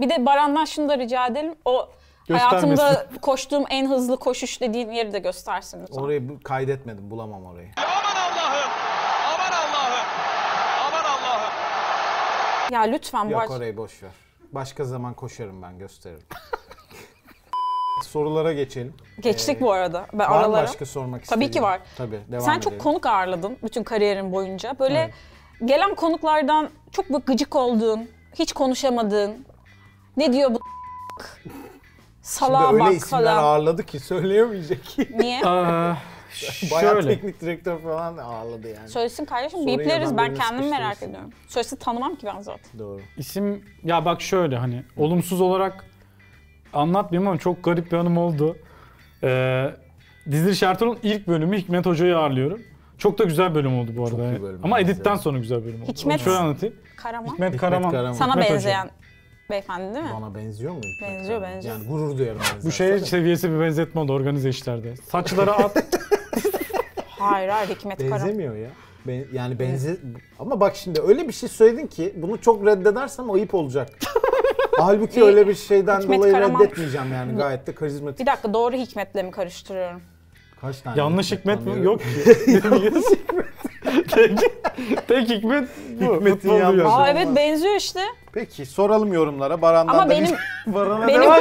[SPEAKER 3] Bir de Baran'dan şunu da rica edelim. O
[SPEAKER 2] Göstermesin.
[SPEAKER 3] hayatımda koştuğum en hızlı koşuş dediğin yeri de göstersin lütfen.
[SPEAKER 1] Orayı bu- kaydetmedim bulamam orayı.
[SPEAKER 6] Aman Allah'ım! Aman Allah'ım! Aman Allah'ım!
[SPEAKER 3] Ya lütfen
[SPEAKER 1] Yok
[SPEAKER 3] Boğaç.
[SPEAKER 1] orayı boş ver. Başka zaman koşarım ben gösteririm. Sorulara geçelim.
[SPEAKER 3] Geçtik bu arada. Ben
[SPEAKER 1] Var mı
[SPEAKER 3] aralara.
[SPEAKER 1] başka sormak
[SPEAKER 3] Tabii ki
[SPEAKER 1] istediğin?
[SPEAKER 3] var.
[SPEAKER 1] Tabii devam
[SPEAKER 3] Sen çok
[SPEAKER 1] edelim.
[SPEAKER 3] konuk ağırladın bütün kariyerin boyunca. Böyle gelen konuklardan çok bu gıcık olduğun, hiç konuşamadığın, ne diyor bu salağa
[SPEAKER 1] Öyle
[SPEAKER 3] bak
[SPEAKER 1] isimler
[SPEAKER 3] falan.
[SPEAKER 1] ağırladı ki söyleyemeyecek.
[SPEAKER 3] Niye?
[SPEAKER 2] Aa,
[SPEAKER 1] Bayağı
[SPEAKER 2] şöyle.
[SPEAKER 1] teknik direktör falan ağırladı yani.
[SPEAKER 3] Söylesin kardeşim
[SPEAKER 1] Soruyu
[SPEAKER 3] bipleriz
[SPEAKER 1] adam
[SPEAKER 3] ben
[SPEAKER 1] birbirine
[SPEAKER 3] kendim merak
[SPEAKER 1] sıkıştırırsın.
[SPEAKER 3] ediyorum. Söylesin tanımam ki ben zaten.
[SPEAKER 1] Doğru.
[SPEAKER 2] İsim ya bak şöyle hani olumsuz olarak anlatmayayım ama çok garip bir anım oldu. Ee, Diziliş Ertuğrul'un ilk bölümü Hikmet Hoca'yı ağırlıyorum. Çok da güzel bölüm oldu bu arada.
[SPEAKER 1] iyi
[SPEAKER 2] yani.
[SPEAKER 1] bölüm
[SPEAKER 2] Ama
[SPEAKER 1] oldu.
[SPEAKER 2] editten sonra güzel bölüm oldu.
[SPEAKER 3] Hikmet-
[SPEAKER 2] Şöyle anlatayım.
[SPEAKER 3] Karaman.
[SPEAKER 2] Hikmet, Karaman.
[SPEAKER 1] Karaman.
[SPEAKER 3] Sana
[SPEAKER 2] Hikmet Hoca.
[SPEAKER 3] benzeyen beyefendi değil mi?
[SPEAKER 1] Bana benziyor mu? Hikmet
[SPEAKER 3] Benziyor,
[SPEAKER 1] Hanım?
[SPEAKER 3] benziyor.
[SPEAKER 1] Yani gurur duyarım.
[SPEAKER 2] Bu şey seviyesi bir benzetme oldu organize işlerde. Saçlara at.
[SPEAKER 3] Hayır hayır Hikmet Karaman.
[SPEAKER 1] Benzemiyor ya. Ben- yani benze ama bak şimdi öyle bir şey söyledin ki bunu çok reddedersem ayıp olacak. Halbuki öyle bir şeyden
[SPEAKER 3] Hikmet
[SPEAKER 1] dolayı
[SPEAKER 3] Karaman-
[SPEAKER 1] reddetmeyeceğim yani gayet de karizmatik.
[SPEAKER 3] Bir dakika doğru Hikmet'le mi karıştırıyorum?
[SPEAKER 1] Kaç tane
[SPEAKER 2] Yanlış Hikmet mi?
[SPEAKER 1] tanıyorum?
[SPEAKER 2] Yok ki. tek, tek Hikmet bu.
[SPEAKER 1] Hikmet'in
[SPEAKER 2] Futbol dünyası.
[SPEAKER 1] yanlışı.
[SPEAKER 3] Aa
[SPEAKER 1] Olmaz.
[SPEAKER 3] evet benziyor işte.
[SPEAKER 1] Peki soralım yorumlara. Baran'dan
[SPEAKER 3] Ama
[SPEAKER 1] da
[SPEAKER 3] benim-
[SPEAKER 1] bir- Baran'a
[SPEAKER 3] benim-
[SPEAKER 1] devam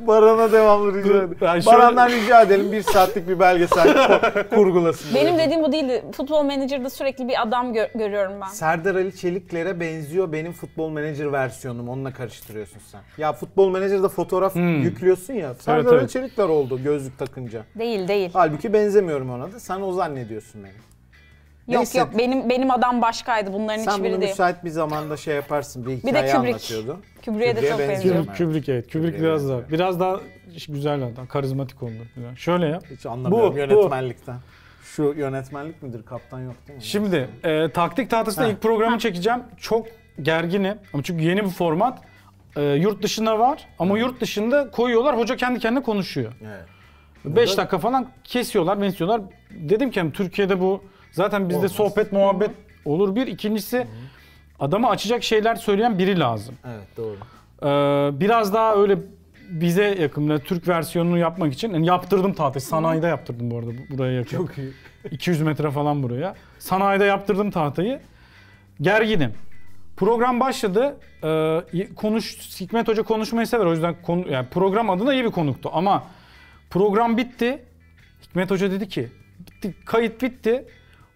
[SPEAKER 1] Baran'a devamlı rica edelim.
[SPEAKER 2] Yani şöyle-
[SPEAKER 1] Baran'dan rica edelim bir saatlik bir belgesel ko- kurgulasın.
[SPEAKER 3] Benim dediğim bu değildi. Futbol menajerinde sürekli bir adam gö- görüyorum ben.
[SPEAKER 1] Serdar Ali Çelikler'e benziyor benim futbol menajer versiyonum. Onunla karıştırıyorsun sen. Ya futbol menajerde fotoğraf yüklüyorsun ya. Serdar Ali
[SPEAKER 2] evet.
[SPEAKER 1] Çelikler oldu gözlük takınca.
[SPEAKER 3] Değil değil.
[SPEAKER 1] Halbuki benzemiyorum ona da. Sen o zannediyorsun beni.
[SPEAKER 3] Yok
[SPEAKER 1] Neyse.
[SPEAKER 3] yok benim benim adam başkaydı. Bunların
[SPEAKER 1] Sen bunu
[SPEAKER 3] hiçbiri değil.
[SPEAKER 1] müsait bir zamanda şey yaparsın. Bir
[SPEAKER 3] de
[SPEAKER 1] hikaye
[SPEAKER 3] Kubrick.
[SPEAKER 1] anlatıyordun.
[SPEAKER 3] Kübrü'ye de
[SPEAKER 1] Kübrü'ye
[SPEAKER 3] çok
[SPEAKER 1] benziyor.
[SPEAKER 3] benziyor.
[SPEAKER 2] Kubrick, Kubrick evet. Kubrick biraz daha. Biraz daha iş- güzel adam. Karizmatik oldu. Güzel. Şöyle yap.
[SPEAKER 1] Hiç anlamıyorum
[SPEAKER 2] Bu, bu.
[SPEAKER 1] yönetmenlikten. Şu yönetmenlik midir? Kaptan yok değil mi?
[SPEAKER 2] Şimdi e, taktik tahtasında
[SPEAKER 1] Ha.
[SPEAKER 2] ilk programı çekeceğim. Çok gerginim. Ama çünkü yeni bir format. E, yurt dışında var ama yurt dışında koyuyorlar. Hoca kendi kendine konuşuyor.
[SPEAKER 1] Evet.
[SPEAKER 2] 5 dakika falan kesiyorlar, beni istiyorlar. Dedim ki hani Türkiye'de bu zaten bizde
[SPEAKER 1] Olmaz.
[SPEAKER 2] sohbet, muhabbet olur bir. İkincisi adamı açacak şeyler söyleyen biri lazım.
[SPEAKER 1] Evet doğru.
[SPEAKER 2] Ee, biraz daha öyle bize yakın böyle Türk versiyonunu yapmak için yani yaptırdım tahtayı. Sanayide yaptırdım bu arada bu- buraya yakın.
[SPEAKER 1] Çok iyi.
[SPEAKER 2] 200 metre falan buraya. Sanayide yaptırdım tahtayı. Gerginim. Program başladı. Ee, konuş Hikmet Hoca konuşmayı sever. O yüzden konu, yani program adına iyi bir konuktu ama program bitti. Hikmet Hoca dedi ki bitti, kayıt bitti.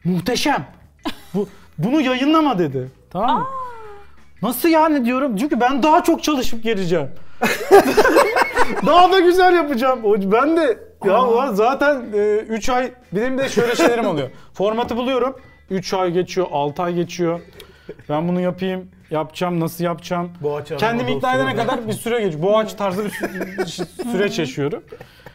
[SPEAKER 2] Muhteşem. Bu bunu yayınlama dedi. Tamam mı? Nasıl yani diyorum. Çünkü ben daha çok çalışıp geleceğim. daha da güzel yapacağım. O- Ben de ya ulan zaten 3 ay benim de şöyle şeylerim oluyor. Formatı buluyorum. 3 ay geçiyor, 6 ay geçiyor. Ben bunu yapayım, yapacağım, nasıl yapacağım.
[SPEAKER 1] Boğaç Arnavut
[SPEAKER 2] Kendimi ikna edene
[SPEAKER 1] olsun.
[SPEAKER 2] kadar bir süre geçiyor. Boğaç tarzı bir sü- süreç yaşıyorum.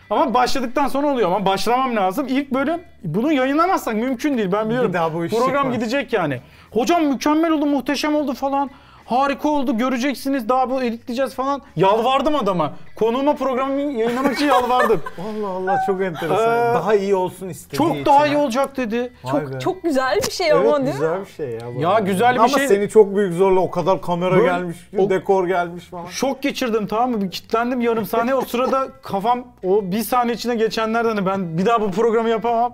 [SPEAKER 2] Ama başladıktan sonra oluyor ama başlamam lazım. İlk bölüm bunu yayınlamazsak mümkün değil. Ben biliyorum.
[SPEAKER 1] daha bu iş
[SPEAKER 2] Program
[SPEAKER 1] çıkmaz.
[SPEAKER 2] gidecek gidecek yani. Hocam mükemmel oldu, muhteşem oldu falan. Harika oldu, göreceksiniz. Daha bu editleyeceğiz falan. Yalvardım adama. Konuğuma programı yayınlamak için yalvardım.
[SPEAKER 1] Allah Allah çok enteresan.
[SPEAKER 2] Ee,
[SPEAKER 1] daha iyi olsun istediği
[SPEAKER 2] Çok
[SPEAKER 1] için
[SPEAKER 2] daha iyi
[SPEAKER 1] ha.
[SPEAKER 2] olacak dedi.
[SPEAKER 1] Vay
[SPEAKER 3] Çok,
[SPEAKER 1] be.
[SPEAKER 3] çok güzel bir şey
[SPEAKER 1] Evet
[SPEAKER 3] ama değil mi?
[SPEAKER 1] güzel bir şey ya. bu
[SPEAKER 2] Ya,
[SPEAKER 1] arada.
[SPEAKER 2] güzel bir
[SPEAKER 1] Ama
[SPEAKER 2] şey.
[SPEAKER 1] seni çok büyük zorla o kadar kamera
[SPEAKER 2] Böyle-
[SPEAKER 1] gelmiş,
[SPEAKER 2] o-
[SPEAKER 1] dekor gelmiş falan.
[SPEAKER 2] Şok geçirdim tamam mı? Bir kilitlendim yarım saniye. O sırada kafam o bir saniye içinde geçenlerden hani ben bir daha bu programı yapamam.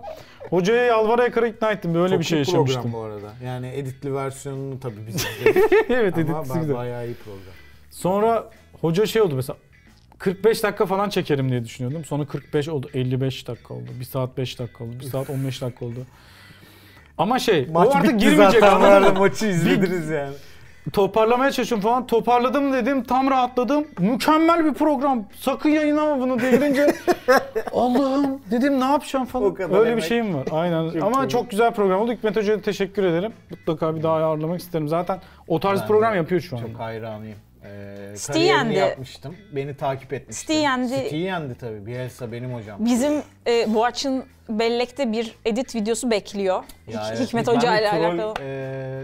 [SPEAKER 2] Hocaya yalvara yakara ikna ettim. Böyle
[SPEAKER 1] Çok
[SPEAKER 2] bir şey
[SPEAKER 1] iyi program
[SPEAKER 2] yaşamıştım.
[SPEAKER 1] bu arada. Yani editli versiyonunu tabii biz izledik
[SPEAKER 2] evet
[SPEAKER 1] ama
[SPEAKER 2] editisi
[SPEAKER 1] ben
[SPEAKER 2] güzel.
[SPEAKER 1] bayağı iyi program.
[SPEAKER 2] Sonra hoca şey oldu mesela 45 dakika falan çekerim diye düşünüyordum. Sonra 45 oldu, 55 dakika oldu, 1 saat 5 dakika oldu, 1 saat 15 dakika oldu. Ama şey, o artık girmeyecek
[SPEAKER 1] zaten bu arada
[SPEAKER 2] anladın mı?
[SPEAKER 1] maçı izlediniz yani.
[SPEAKER 2] Toparlamaya çalışıyorum falan. Toparladım dedim, tam rahatladım. Mükemmel bir program. Sakın yayınlama bunu diye girince Allah'ım dedim ne yapacağım
[SPEAKER 1] O
[SPEAKER 2] falan.
[SPEAKER 1] kadar
[SPEAKER 2] Öyle bir
[SPEAKER 1] emek.
[SPEAKER 2] şeyim var. Aynen. Ama
[SPEAKER 1] iyi.
[SPEAKER 2] çok güzel program oldu. Hikmet Hoca'ya da teşekkür ederim. Mutlaka bir daha ağırlamak isterim. Zaten o tarz
[SPEAKER 1] Ben
[SPEAKER 2] program
[SPEAKER 1] de
[SPEAKER 2] yapıyor şu anda.
[SPEAKER 1] Çok hayranıyım. Ee,
[SPEAKER 3] Steve'i
[SPEAKER 1] kariyerini
[SPEAKER 3] yendi.
[SPEAKER 1] yapmıştım. Beni takip etmişti.
[SPEAKER 3] Steve'i yendi.
[SPEAKER 1] Steve'i yendi tabii. Bielsa benim hocam.
[SPEAKER 3] Bizim e, Boğaç'ın bellekte bir edit videosu bekliyor.
[SPEAKER 1] Ya
[SPEAKER 3] Hik-
[SPEAKER 1] evet,
[SPEAKER 3] Hikmet
[SPEAKER 1] ben
[SPEAKER 3] Hoca
[SPEAKER 1] bir
[SPEAKER 3] ile
[SPEAKER 1] troll,
[SPEAKER 3] alakalı.
[SPEAKER 1] e,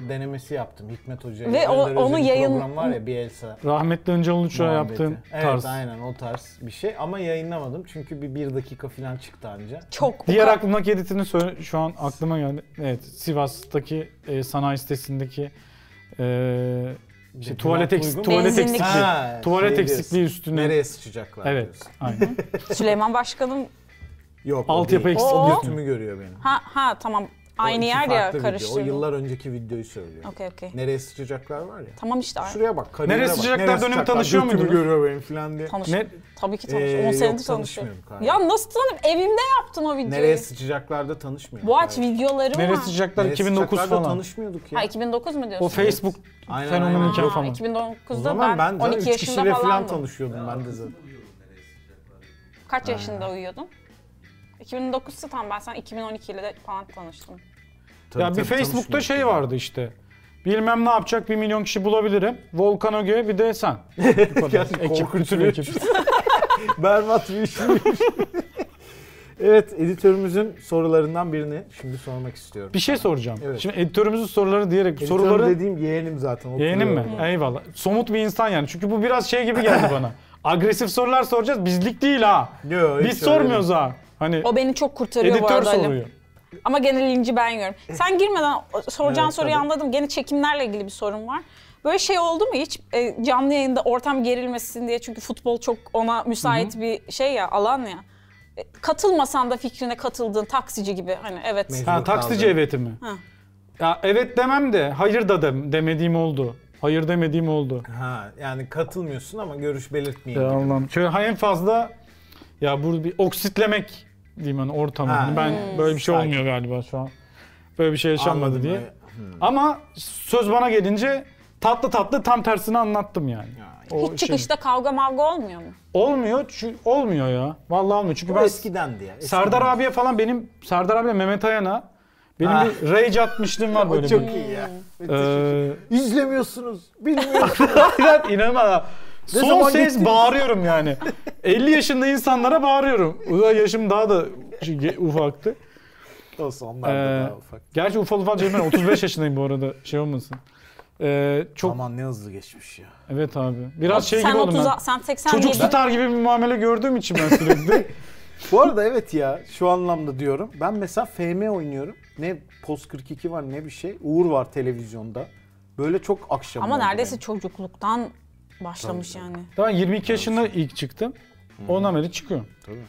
[SPEAKER 1] denemesi yaptım. Hikmet Hoca'ya.
[SPEAKER 3] Ve o-
[SPEAKER 1] Önder Özel'in
[SPEAKER 3] onu yayın-
[SPEAKER 1] Program var ya Bielsa.
[SPEAKER 2] Rahmetli Öncal Uluç'a
[SPEAKER 1] muhabbeti.
[SPEAKER 2] yaptığım
[SPEAKER 1] evet,
[SPEAKER 2] tarz.
[SPEAKER 1] aynen o tarz bir şey ama yayınlamadım çünkü bir, bir dakika falan çıktı anca.
[SPEAKER 3] Çok.
[SPEAKER 2] Diğer
[SPEAKER 3] o-
[SPEAKER 2] aklımdaki editini söyle, şu an aklıma geldi. Evet, Sivas'taki e, sanayi sitesindeki e, şey,
[SPEAKER 1] Depilant
[SPEAKER 2] tuvalet,
[SPEAKER 1] uygun
[SPEAKER 2] eksik,
[SPEAKER 1] mu?
[SPEAKER 2] tuvalet
[SPEAKER 3] Benzinlik.
[SPEAKER 2] eksikliği.
[SPEAKER 1] Ha,
[SPEAKER 2] tuvalet
[SPEAKER 1] şey
[SPEAKER 2] eksikliği
[SPEAKER 1] diyorsun,
[SPEAKER 2] üstüne.
[SPEAKER 1] Nereye sıçacaklar
[SPEAKER 2] Evet,
[SPEAKER 1] diyorsun.
[SPEAKER 2] aynen.
[SPEAKER 3] Süleyman Başkan'ın
[SPEAKER 1] Yok
[SPEAKER 2] Altyapı
[SPEAKER 1] o değil.
[SPEAKER 2] eksikliği.
[SPEAKER 1] O
[SPEAKER 3] O-
[SPEAKER 1] götümü görüyor benim.
[SPEAKER 3] ha ha tamam
[SPEAKER 1] O
[SPEAKER 3] aynı
[SPEAKER 1] iki
[SPEAKER 3] yer
[SPEAKER 1] farklı
[SPEAKER 3] ya
[SPEAKER 1] video. O
[SPEAKER 3] karıştırdım.
[SPEAKER 1] yıllar önceki videoyu söylüyor.
[SPEAKER 3] Okey okey.
[SPEAKER 1] Nereye sıçacaklar var ya.
[SPEAKER 3] Tamam işte aynı.
[SPEAKER 1] Şuraya bak kariyere
[SPEAKER 2] Nereye
[SPEAKER 1] bak.
[SPEAKER 2] sıçacaklar dönemi
[SPEAKER 1] sıçacaklar,
[SPEAKER 2] tanışıyor
[SPEAKER 1] götümü
[SPEAKER 2] muydunuz?
[SPEAKER 1] görüyor benim falan diye.
[SPEAKER 3] Tanış.
[SPEAKER 2] Ne-
[SPEAKER 3] Tabii ki tanış.
[SPEAKER 1] Ee,
[SPEAKER 3] 10
[SPEAKER 1] yok,
[SPEAKER 3] senedir
[SPEAKER 1] tanışmıyorum
[SPEAKER 3] tanışıyorum.
[SPEAKER 1] galiba.
[SPEAKER 3] Ya nasıl tanım? Evimde yaptın o videoyu.
[SPEAKER 1] Nereye sıçacaklarda tanışmıyor.
[SPEAKER 3] Boğaç videoları
[SPEAKER 2] Nereye
[SPEAKER 3] var.
[SPEAKER 2] sıcaklar
[SPEAKER 1] Nereye
[SPEAKER 2] 2009
[SPEAKER 1] sıçacaklarda
[SPEAKER 2] falan.
[SPEAKER 1] tanışmıyorduk ya.
[SPEAKER 3] Ha 2009 mu diyorsun?
[SPEAKER 2] O Facebook
[SPEAKER 1] Aynen, aynen.
[SPEAKER 2] fenomeni
[SPEAKER 3] Aa,
[SPEAKER 2] gibi falan.
[SPEAKER 3] 2009'da
[SPEAKER 1] O zaman ben,
[SPEAKER 3] ben,
[SPEAKER 1] de
[SPEAKER 3] 12
[SPEAKER 1] üç
[SPEAKER 3] yaşında
[SPEAKER 1] kişiyle falan
[SPEAKER 3] falandım.
[SPEAKER 1] tanışıyordum ben de zaten.
[SPEAKER 3] Kaç yaşında uyuyordun? 2009'sa tam ben sen 2012 ile de falan tanıştım.
[SPEAKER 1] Tabii,
[SPEAKER 2] ya bir
[SPEAKER 1] tabii,
[SPEAKER 2] Facebook'ta
[SPEAKER 1] tanışmıyorduk
[SPEAKER 2] şey
[SPEAKER 1] ya.
[SPEAKER 2] vardı işte. Bilmem ne yapacak bir milyon kişi bulabilirim. Volkan Öge bir de sen. Bu kadar.
[SPEAKER 1] Gerçi
[SPEAKER 2] ekip,
[SPEAKER 1] korkunç
[SPEAKER 2] bütün
[SPEAKER 1] bir-
[SPEAKER 2] ekip.
[SPEAKER 1] Berbat bir işmiş. evet editörümüzün sorularından birini şimdi sormak istiyorum.
[SPEAKER 2] Bir şey soracağım.
[SPEAKER 1] Evet.
[SPEAKER 2] Şimdi editörümüzün soruları diyerek
[SPEAKER 1] Editörüm
[SPEAKER 2] soruları
[SPEAKER 1] dediğim yeğenim zaten. oturuyor.
[SPEAKER 2] yeğenim mi? Eyvallah. Somut bir insan yani. Çünkü bu biraz şey gibi geldi bana. Agresif sorular soracağız. Bizlik değil ha.
[SPEAKER 1] Yo, hiç
[SPEAKER 2] Biz sormuyoruz ha. Hani
[SPEAKER 3] O beni çok kurtarıyor bu
[SPEAKER 2] editör
[SPEAKER 3] arada. Ali.
[SPEAKER 2] soruyor.
[SPEAKER 3] Ama genel linci ben yiyorum.
[SPEAKER 2] Eh.
[SPEAKER 3] Sen girmeden o- soracağın
[SPEAKER 1] Evet,
[SPEAKER 3] soruyu
[SPEAKER 1] tabii.
[SPEAKER 3] anladım. Gene çekimlerle ilgili bir sorun var. Böyle şey oldu mu hiç E, canlı yayında ortam gerilmesin diye çünkü futbol çok ona müsait bir şey ya alan ya. E, katılmasan da fikrine katıldığın taksici gibi hani evet.
[SPEAKER 1] Mecbur.
[SPEAKER 2] Ha
[SPEAKER 1] Yok,
[SPEAKER 2] taksici
[SPEAKER 1] abi.
[SPEAKER 2] evet mi?
[SPEAKER 3] Ha.
[SPEAKER 2] Ya evet demem de hayır da dem- demediğim oldu. Hayır demediğim oldu.
[SPEAKER 1] Ha, yani katılmıyorsun ama görüş belirtmeyin.
[SPEAKER 2] Ya
[SPEAKER 1] diyor.
[SPEAKER 2] Allah'ım. Şöyle ha, en fazla ya burada bir oksitlemek diyeyim hani ortamı.
[SPEAKER 1] Ha,
[SPEAKER 2] Hani ben
[SPEAKER 3] Hmm.
[SPEAKER 2] böyle bir şey
[SPEAKER 1] Sakin.
[SPEAKER 2] olmuyor galiba şu an. Böyle bir şey yaşanmadı
[SPEAKER 1] Anladım,
[SPEAKER 2] diye.
[SPEAKER 1] evet. Hmm.
[SPEAKER 2] Ama söz bana gelince tatlı tatlı tam tersini anlattım yani. O
[SPEAKER 3] Hiç
[SPEAKER 2] şey-
[SPEAKER 3] çıkışta kavga mavga olmuyor mu?
[SPEAKER 2] olmuyor çünkü olmuyor ya. Vallahi olmuyor. Çünkü
[SPEAKER 1] Bu
[SPEAKER 2] ben
[SPEAKER 1] eskidendi ya. Eskiden.
[SPEAKER 2] Serdar abiye falan benim Serdar abiyle Mehmet Ayan'a benim
[SPEAKER 1] Ha.
[SPEAKER 2] bir rage atmışlığım var böyle.
[SPEAKER 1] O Ah. çok
[SPEAKER 2] bir.
[SPEAKER 1] iyi ya.
[SPEAKER 2] Ee,
[SPEAKER 1] İzlemiyorsunuz. Bilmiyorsunuz.
[SPEAKER 2] İnan, inanma. Son
[SPEAKER 1] zaman
[SPEAKER 2] ses
[SPEAKER 1] gittiniz?
[SPEAKER 2] bağırıyorum yani. 50 yaşında insanlara bağırıyorum. Ulan yaşım daha da çünkü ufaktı.
[SPEAKER 1] Olsun onlar
[SPEAKER 2] Ee,
[SPEAKER 1] da daha ufak.
[SPEAKER 2] Gerçi ufal ufal ben 35 yaşındayım bu arada. Şey olmasın. Ee, çok
[SPEAKER 1] Aman ne hızlı geçmiş ya.
[SPEAKER 2] evet abi. Biraz şey
[SPEAKER 3] sen
[SPEAKER 2] gibi oldum
[SPEAKER 3] 30'a
[SPEAKER 2] ben.
[SPEAKER 3] sen 87.
[SPEAKER 2] Çocuk star gibi bir muamele gördüğüm için ben sürekli.
[SPEAKER 1] Bu arada evet ya şu anlamda diyorum. Ben mesela FM oynuyorum. Ne Post 42 var ne bir şey. Uğur var televizyonda. Böyle çok akşam
[SPEAKER 3] Ama
[SPEAKER 1] oldu
[SPEAKER 3] neredeyse
[SPEAKER 1] benim.
[SPEAKER 3] çocukluktan başlamış yani.
[SPEAKER 2] Daha 22 yaşında ilk çıktım. Ondan beri çıkıyorum.
[SPEAKER 1] Tabii.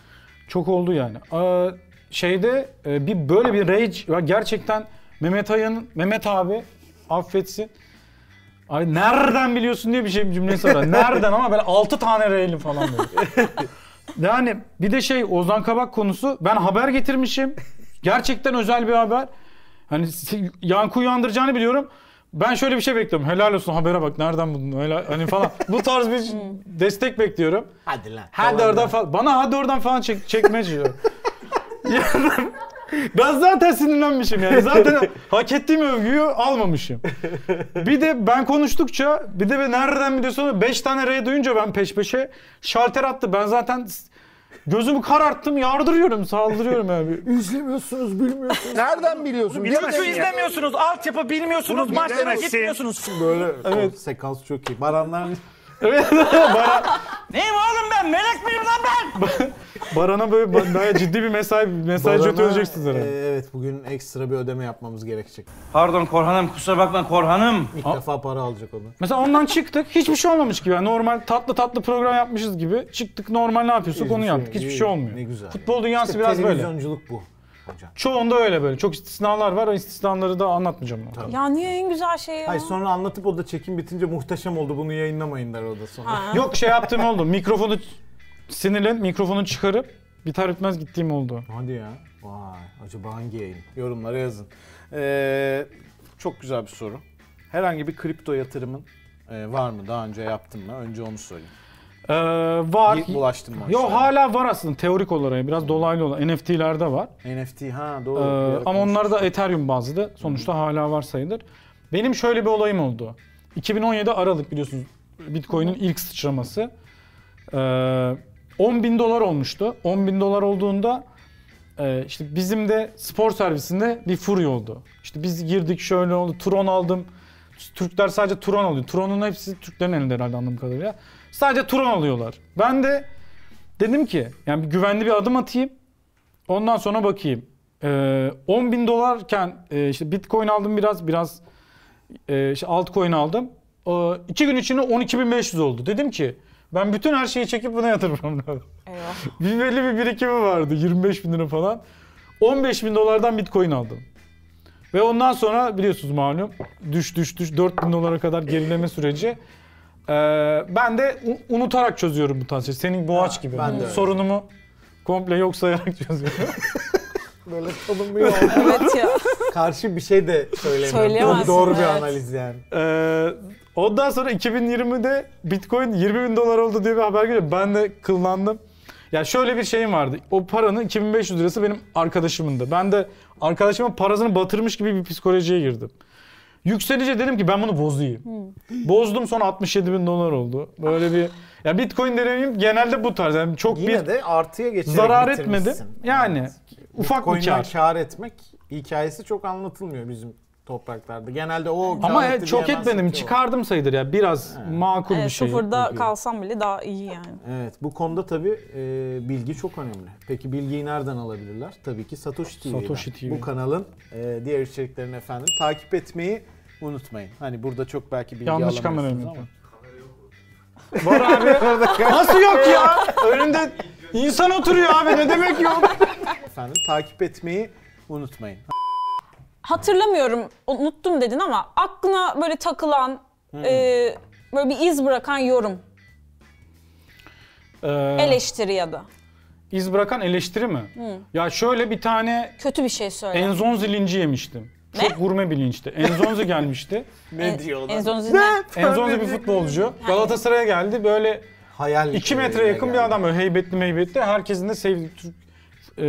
[SPEAKER 2] Çok oldu yani. Aa, şeyde e, bir böyle bir rage ya gerçekten Mehmet Ay'ın Mehmet abi affetsin. Ay nereden biliyorsun diye bir şey bir cümleyi sorar. Nereden ama böyle 6 tane reylim falan böyle. yani bir de şey Ozan Kabak konusu ben haber getirmişim. Gerçekten özel bir haber. Hani si- yankı uyandıracağını biliyorum. Ben şöyle bir şey bekliyorum. Helal olsun habere bak nereden buldun helal hani falan. Bu tarz bir destek bekliyorum.
[SPEAKER 1] Hadi lan.
[SPEAKER 2] Hadi
[SPEAKER 1] Falan
[SPEAKER 2] oradan
[SPEAKER 1] diyor.
[SPEAKER 2] falan. Bana hadi oradan falan çek, çekme diyor. Yani ben zaten sinirlenmişim yani. Zaten hak ettiğim övgüyü almamışım. Bir de ben konuştukça bir de ben nereden biliyorsun 5 tane R duyunca ben peş peşe şalter attı. Ben zaten s- gözümü kararttım yardırıyorum saldırıyorum yani.
[SPEAKER 1] İzlemiyorsunuz bilmiyorsunuz.
[SPEAKER 7] Nereden biliyorsun?
[SPEAKER 8] Çünkü izlemiyorsunuz, altyapı bilmiyorsunuz, maçlara gitmiyorsunuz.
[SPEAKER 1] Böyle evet. sekans çok iyi. Baranlar
[SPEAKER 2] Evet Baran,
[SPEAKER 8] Neyim oğlum ben? Melek miyim lan ben?
[SPEAKER 2] Baran'a böyle ba- bayağı ciddi bir mesai mesaj
[SPEAKER 1] Barana,
[SPEAKER 2] ötüreceksiniz herhalde.
[SPEAKER 1] e, evet bugün ekstra bir ödeme yapmamız gerekecek.
[SPEAKER 8] Pardon Korhan'ım, kusura bakma Korhan'ım.
[SPEAKER 1] İlk defa para alacak onu.
[SPEAKER 2] Mesela ondan çıktık hiçbir şey olmamış gibi. Yani normal tatlı tatlı program yapmışız gibi. Çıktık normal ne yapıyorsak onu
[SPEAKER 1] Hiçbir şey
[SPEAKER 2] yaptık. Hiçbir
[SPEAKER 1] iyi,
[SPEAKER 2] şey olmuyor.
[SPEAKER 1] ne güzel.
[SPEAKER 2] Futbol dünyası
[SPEAKER 1] İşte
[SPEAKER 2] biraz böyle.
[SPEAKER 1] televizyonculuk bu hocam.
[SPEAKER 2] Çoğunda öyle böyle. Çok istisnalar var. O istisnaları da anlatmayacağım.
[SPEAKER 3] Ya niye en güzel şey ya?
[SPEAKER 1] Hayır sonra anlatıp o da çekim bitince muhteşem oldu bunu yayınlamayın der o da sonra.
[SPEAKER 3] Ha.
[SPEAKER 2] Yok şey yaptığım oldu. Mikrofonu sinirlen mikrofonu çıkarıp biter bitmez gittiğim oldu.
[SPEAKER 1] Hadi ya. Vay. Acaba hangi yayın? Yorumlara yazın. Ee, çok güzel bir soru. Herhangi bir kripto yatırımın e, var mı? Daha önce yaptın mı? Önce onu söyleyeyim.
[SPEAKER 2] Ee, var.
[SPEAKER 1] Yi- Bulaştın mı? o
[SPEAKER 2] Yo
[SPEAKER 1] işlere?
[SPEAKER 2] hala var aslında teorik olarak biraz dolaylı olan NFT'lerde var.
[SPEAKER 1] NFT ha
[SPEAKER 2] Ee,
[SPEAKER 1] doğru. Bir ara
[SPEAKER 2] ama onlar da
[SPEAKER 1] konuşmuştuk.
[SPEAKER 2] Ethereum bazlı. Sonuçta hala var sayılır. Benim şöyle bir olayım oldu. 2017 Aralık biliyorsunuz Bitcoin'in ilk sıçraması. Ee, 10 bin dolar olmuştu. 10 bin dolar olduğunda e, işte bizim de spor servisinde bir furya oldu. İşte biz girdik şöyle oldu. Tron aldım. Türkler sadece Tron alıyor. Tron'un hepsi Türklerin elinde herhalde anladığım kadarıyla. Sadece Tron alıyorlar. Ben de dedim ki yani bir güvenli bir adım atayım. Ondan sonra bakayım. Ee, 10 bin dolarken e, işte Bitcoin aldım biraz, biraz e, işte altcoin aldım. Ee, iki gün içinde 12.500 oldu. Dedim ki ben bütün her şeyi çekip buna yatırmam lazım.
[SPEAKER 3] Eyvah.
[SPEAKER 2] bir belli bir birikimi vardı 25 bin lira falan. 15 bin dolardan Bitcoin aldım. Ve ondan sonra biliyorsunuz malum düş düş düş 4 bin dolara kadar gerileme süreci. Ee, ben de u- unutarak çözüyorum bu tarz şey. Senin boğaç gibi.
[SPEAKER 1] ben de öyle.
[SPEAKER 2] Sorunumu komple yok sayarak çözüyorum.
[SPEAKER 1] böyle tanınmıyor.
[SPEAKER 3] Evet ya.
[SPEAKER 1] Karşı bir şey de söylemiyor. Çok
[SPEAKER 3] Söyleyemezsin,
[SPEAKER 1] doğru bir
[SPEAKER 3] evet.
[SPEAKER 1] analiz yani.
[SPEAKER 2] Ee, ondan sonra 2020'de Bitcoin 20 bin dolar oldu diye bir haber geliyor. Ben de kıllandım. Ya şöyle bir şeyim vardı. O paranın 2500 lirası benim arkadaşımındı. Ben de arkadaşımın parasını batırmış gibi bir psikolojiye girdim. Yükselince dedim ki ben bunu bozayım. Bozdum sonra 67 bin dolar oldu. Böyle bir Ya Bitcoin deneyimim genelde bu tarz. Yani çok
[SPEAKER 1] Yine
[SPEAKER 2] bir
[SPEAKER 1] de artıya geçerek
[SPEAKER 2] zarar
[SPEAKER 1] bitirmişsin.
[SPEAKER 2] etmedim. Yani
[SPEAKER 1] Evet.
[SPEAKER 2] ufak bir
[SPEAKER 1] Bitcoin'den
[SPEAKER 2] kar.
[SPEAKER 1] kar etmek hikayesi çok anlatılmıyor bizim topraklarda. Genelde o
[SPEAKER 2] Ama
[SPEAKER 1] kar
[SPEAKER 2] e,
[SPEAKER 1] etti
[SPEAKER 2] çok
[SPEAKER 1] diye ben
[SPEAKER 2] etmedim.
[SPEAKER 1] satıyor.
[SPEAKER 2] Çıkardım sayıdır ya. Biraz makul
[SPEAKER 3] Evet,
[SPEAKER 2] bir şey.
[SPEAKER 3] E, sıfırda
[SPEAKER 2] Çünkü.
[SPEAKER 3] kalsam bile daha iyi yani.
[SPEAKER 1] Evet bu konuda tabii e, bilgi çok önemli. Peki bilgiyi nereden alabilirler? Tabii ki Satoshi TV'den.
[SPEAKER 2] Satoshi TV.
[SPEAKER 1] Bu kanalın e, diğer içeriklerini efendim takip etmeyi unutmayın. Hani burada çok belki bilgi
[SPEAKER 2] Yanlış kamerayı
[SPEAKER 1] alamıyorsunuz
[SPEAKER 2] mı?
[SPEAKER 1] ama.
[SPEAKER 2] Nasıl yok ya? Önünde insan oturuyor abi. Ne demek yok?
[SPEAKER 1] Efendim takip etmeyi unutmayın.
[SPEAKER 3] Hatırlamıyorum, unuttum dedin ama aklına böyle takılan,
[SPEAKER 1] Hmm.
[SPEAKER 3] e, böyle bir iz bırakan yorum,
[SPEAKER 2] Ee,
[SPEAKER 3] eleştiri ya da
[SPEAKER 2] iz bırakan eleştiri mi? Ya şöyle bir tane
[SPEAKER 3] kötü bir şey söyle.
[SPEAKER 2] Enzonzi linci yemiştim. Çok gurme bir linçti. Enzonzi gelmişti.
[SPEAKER 3] E,
[SPEAKER 1] Ne diyorlar?
[SPEAKER 3] Enzonzi ne?
[SPEAKER 2] Enzonzi bir futbolcu. Galatasaray'a geldi. Böyle
[SPEAKER 1] Hayal
[SPEAKER 2] 2 metre
[SPEAKER 1] gücüyle
[SPEAKER 2] yakın bir
[SPEAKER 1] geldi.
[SPEAKER 2] adam. Böyle heybetli meybetli. Herkesin de sevdiği Türk e,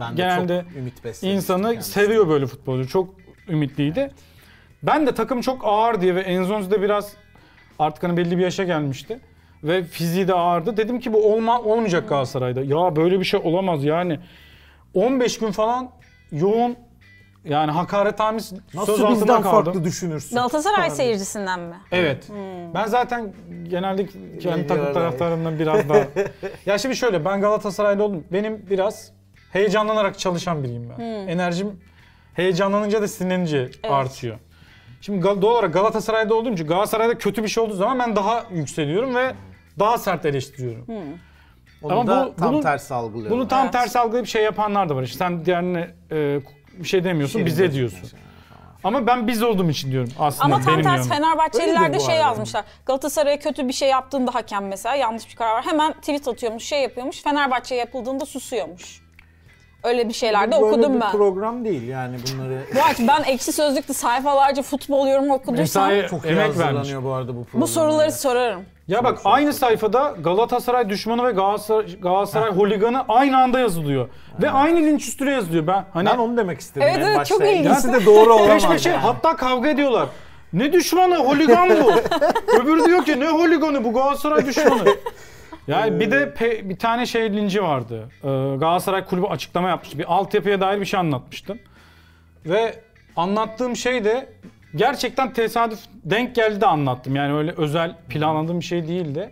[SPEAKER 1] Ben de
[SPEAKER 2] genelde
[SPEAKER 1] çok ümit beslemiştim
[SPEAKER 2] insanı
[SPEAKER 1] kendisine.
[SPEAKER 2] seviyor böyle futbolcu. Çok ümitliydi. Ben de takım çok ağır diye ve Enzonzi de biraz artık hani belli bir yaşa gelmişti. Ve fiziği de ağırdı. Dedim ki bu olma, olmayacak Galatasaray'da. Ya böyle bir şey olamaz yani. 15 gün falan yoğun yani hakaret hamis söz
[SPEAKER 1] Nasıl
[SPEAKER 2] altında
[SPEAKER 1] bizden
[SPEAKER 2] kaldım.
[SPEAKER 1] farklı düşünürsün?
[SPEAKER 3] Galatasaray seyircisinden mi?
[SPEAKER 2] Evet.
[SPEAKER 3] Hmm.
[SPEAKER 2] Ben zaten genelde kendi takım
[SPEAKER 1] Biliyorum.
[SPEAKER 2] taraftarımdan biraz daha... ya şimdi şöyle ben Galatasaraylı oldum. Benim biraz heyecanlanarak çalışan biriyim ben.
[SPEAKER 3] Hmm.
[SPEAKER 2] Enerjim heyecanlanınca da sinirlenince artıyor. Şimdi Gal- doğal olarak Galatasaray'da olduğum için Galatasaray'da kötü bir şey olduğu zaman ben daha yükseliyorum ve daha sert eleştiriyorum.
[SPEAKER 1] Onu
[SPEAKER 2] Ama
[SPEAKER 1] da
[SPEAKER 2] bu-
[SPEAKER 1] tam
[SPEAKER 2] bunun-
[SPEAKER 1] tersi algılıyorum.
[SPEAKER 2] Bunu tam
[SPEAKER 3] Hmm. Evet.
[SPEAKER 2] tersi algılayıp şey yapanlar da var. İşte sen diğerine e, bir şey demiyorsun,
[SPEAKER 1] Şimdi-
[SPEAKER 2] bize diyorsun. Ama ben biz olduğum için diyorum aslında.
[SPEAKER 3] Ama tam
[SPEAKER 2] benim
[SPEAKER 3] tersi
[SPEAKER 2] yanım.
[SPEAKER 3] Fenerbahçeliler
[SPEAKER 1] Öyledir
[SPEAKER 3] de
[SPEAKER 1] bu
[SPEAKER 3] şey
[SPEAKER 1] arada.
[SPEAKER 3] yazmışlar. Galatasaray'a kötü bir şey yaptığında hakem mesela yanlış bir karar var. Hemen tweet atıyormuş, şey yapıyormuş. Fenerbahçe'ye yapıldığında susuyormuş. Öyle bir şeyler de
[SPEAKER 1] Böyle
[SPEAKER 3] okudum
[SPEAKER 1] bir
[SPEAKER 3] ben.
[SPEAKER 1] program değil yani bunları.
[SPEAKER 3] Bu arada ben ekşi sözlükte sayfalarca futbol yorumu okuduysam
[SPEAKER 2] Mesai-
[SPEAKER 1] Çok
[SPEAKER 2] Emek
[SPEAKER 1] Emek
[SPEAKER 2] vermiş.
[SPEAKER 1] bu arada bu program.
[SPEAKER 3] bu soruları sorarım.
[SPEAKER 2] Ya bak aynı sayfada Galatasaray düşmanı ve Galatasaray, Galatasaray holiganı aynı anda yazılıyor. Ve aynı linç üstüne yazılıyor. Ben hani
[SPEAKER 1] Ben onu demek istedim
[SPEAKER 3] Evet,
[SPEAKER 1] en
[SPEAKER 3] evet,
[SPEAKER 1] başta.
[SPEAKER 3] çok ilginç.
[SPEAKER 1] İkisi de doğru olamaz.
[SPEAKER 2] peş peşe
[SPEAKER 1] yani.
[SPEAKER 2] hatta kavga ediyorlar. Ne düşmanı? Holigan bu. Öbürü diyor ki ne holiganı bu Galatasaray düşmanı. Yani bir de
[SPEAKER 1] Ee.
[SPEAKER 2] pe- bir tane şey linci vardı. Ee, Galatasaray kulübü açıklama yapmıştı. Bir altyapıya dair bir şey anlatmıştım. Ve anlattığım şey de gerçekten tesadüf denk geldi de anlattım. Yani öyle özel planladığım bir şey değildi.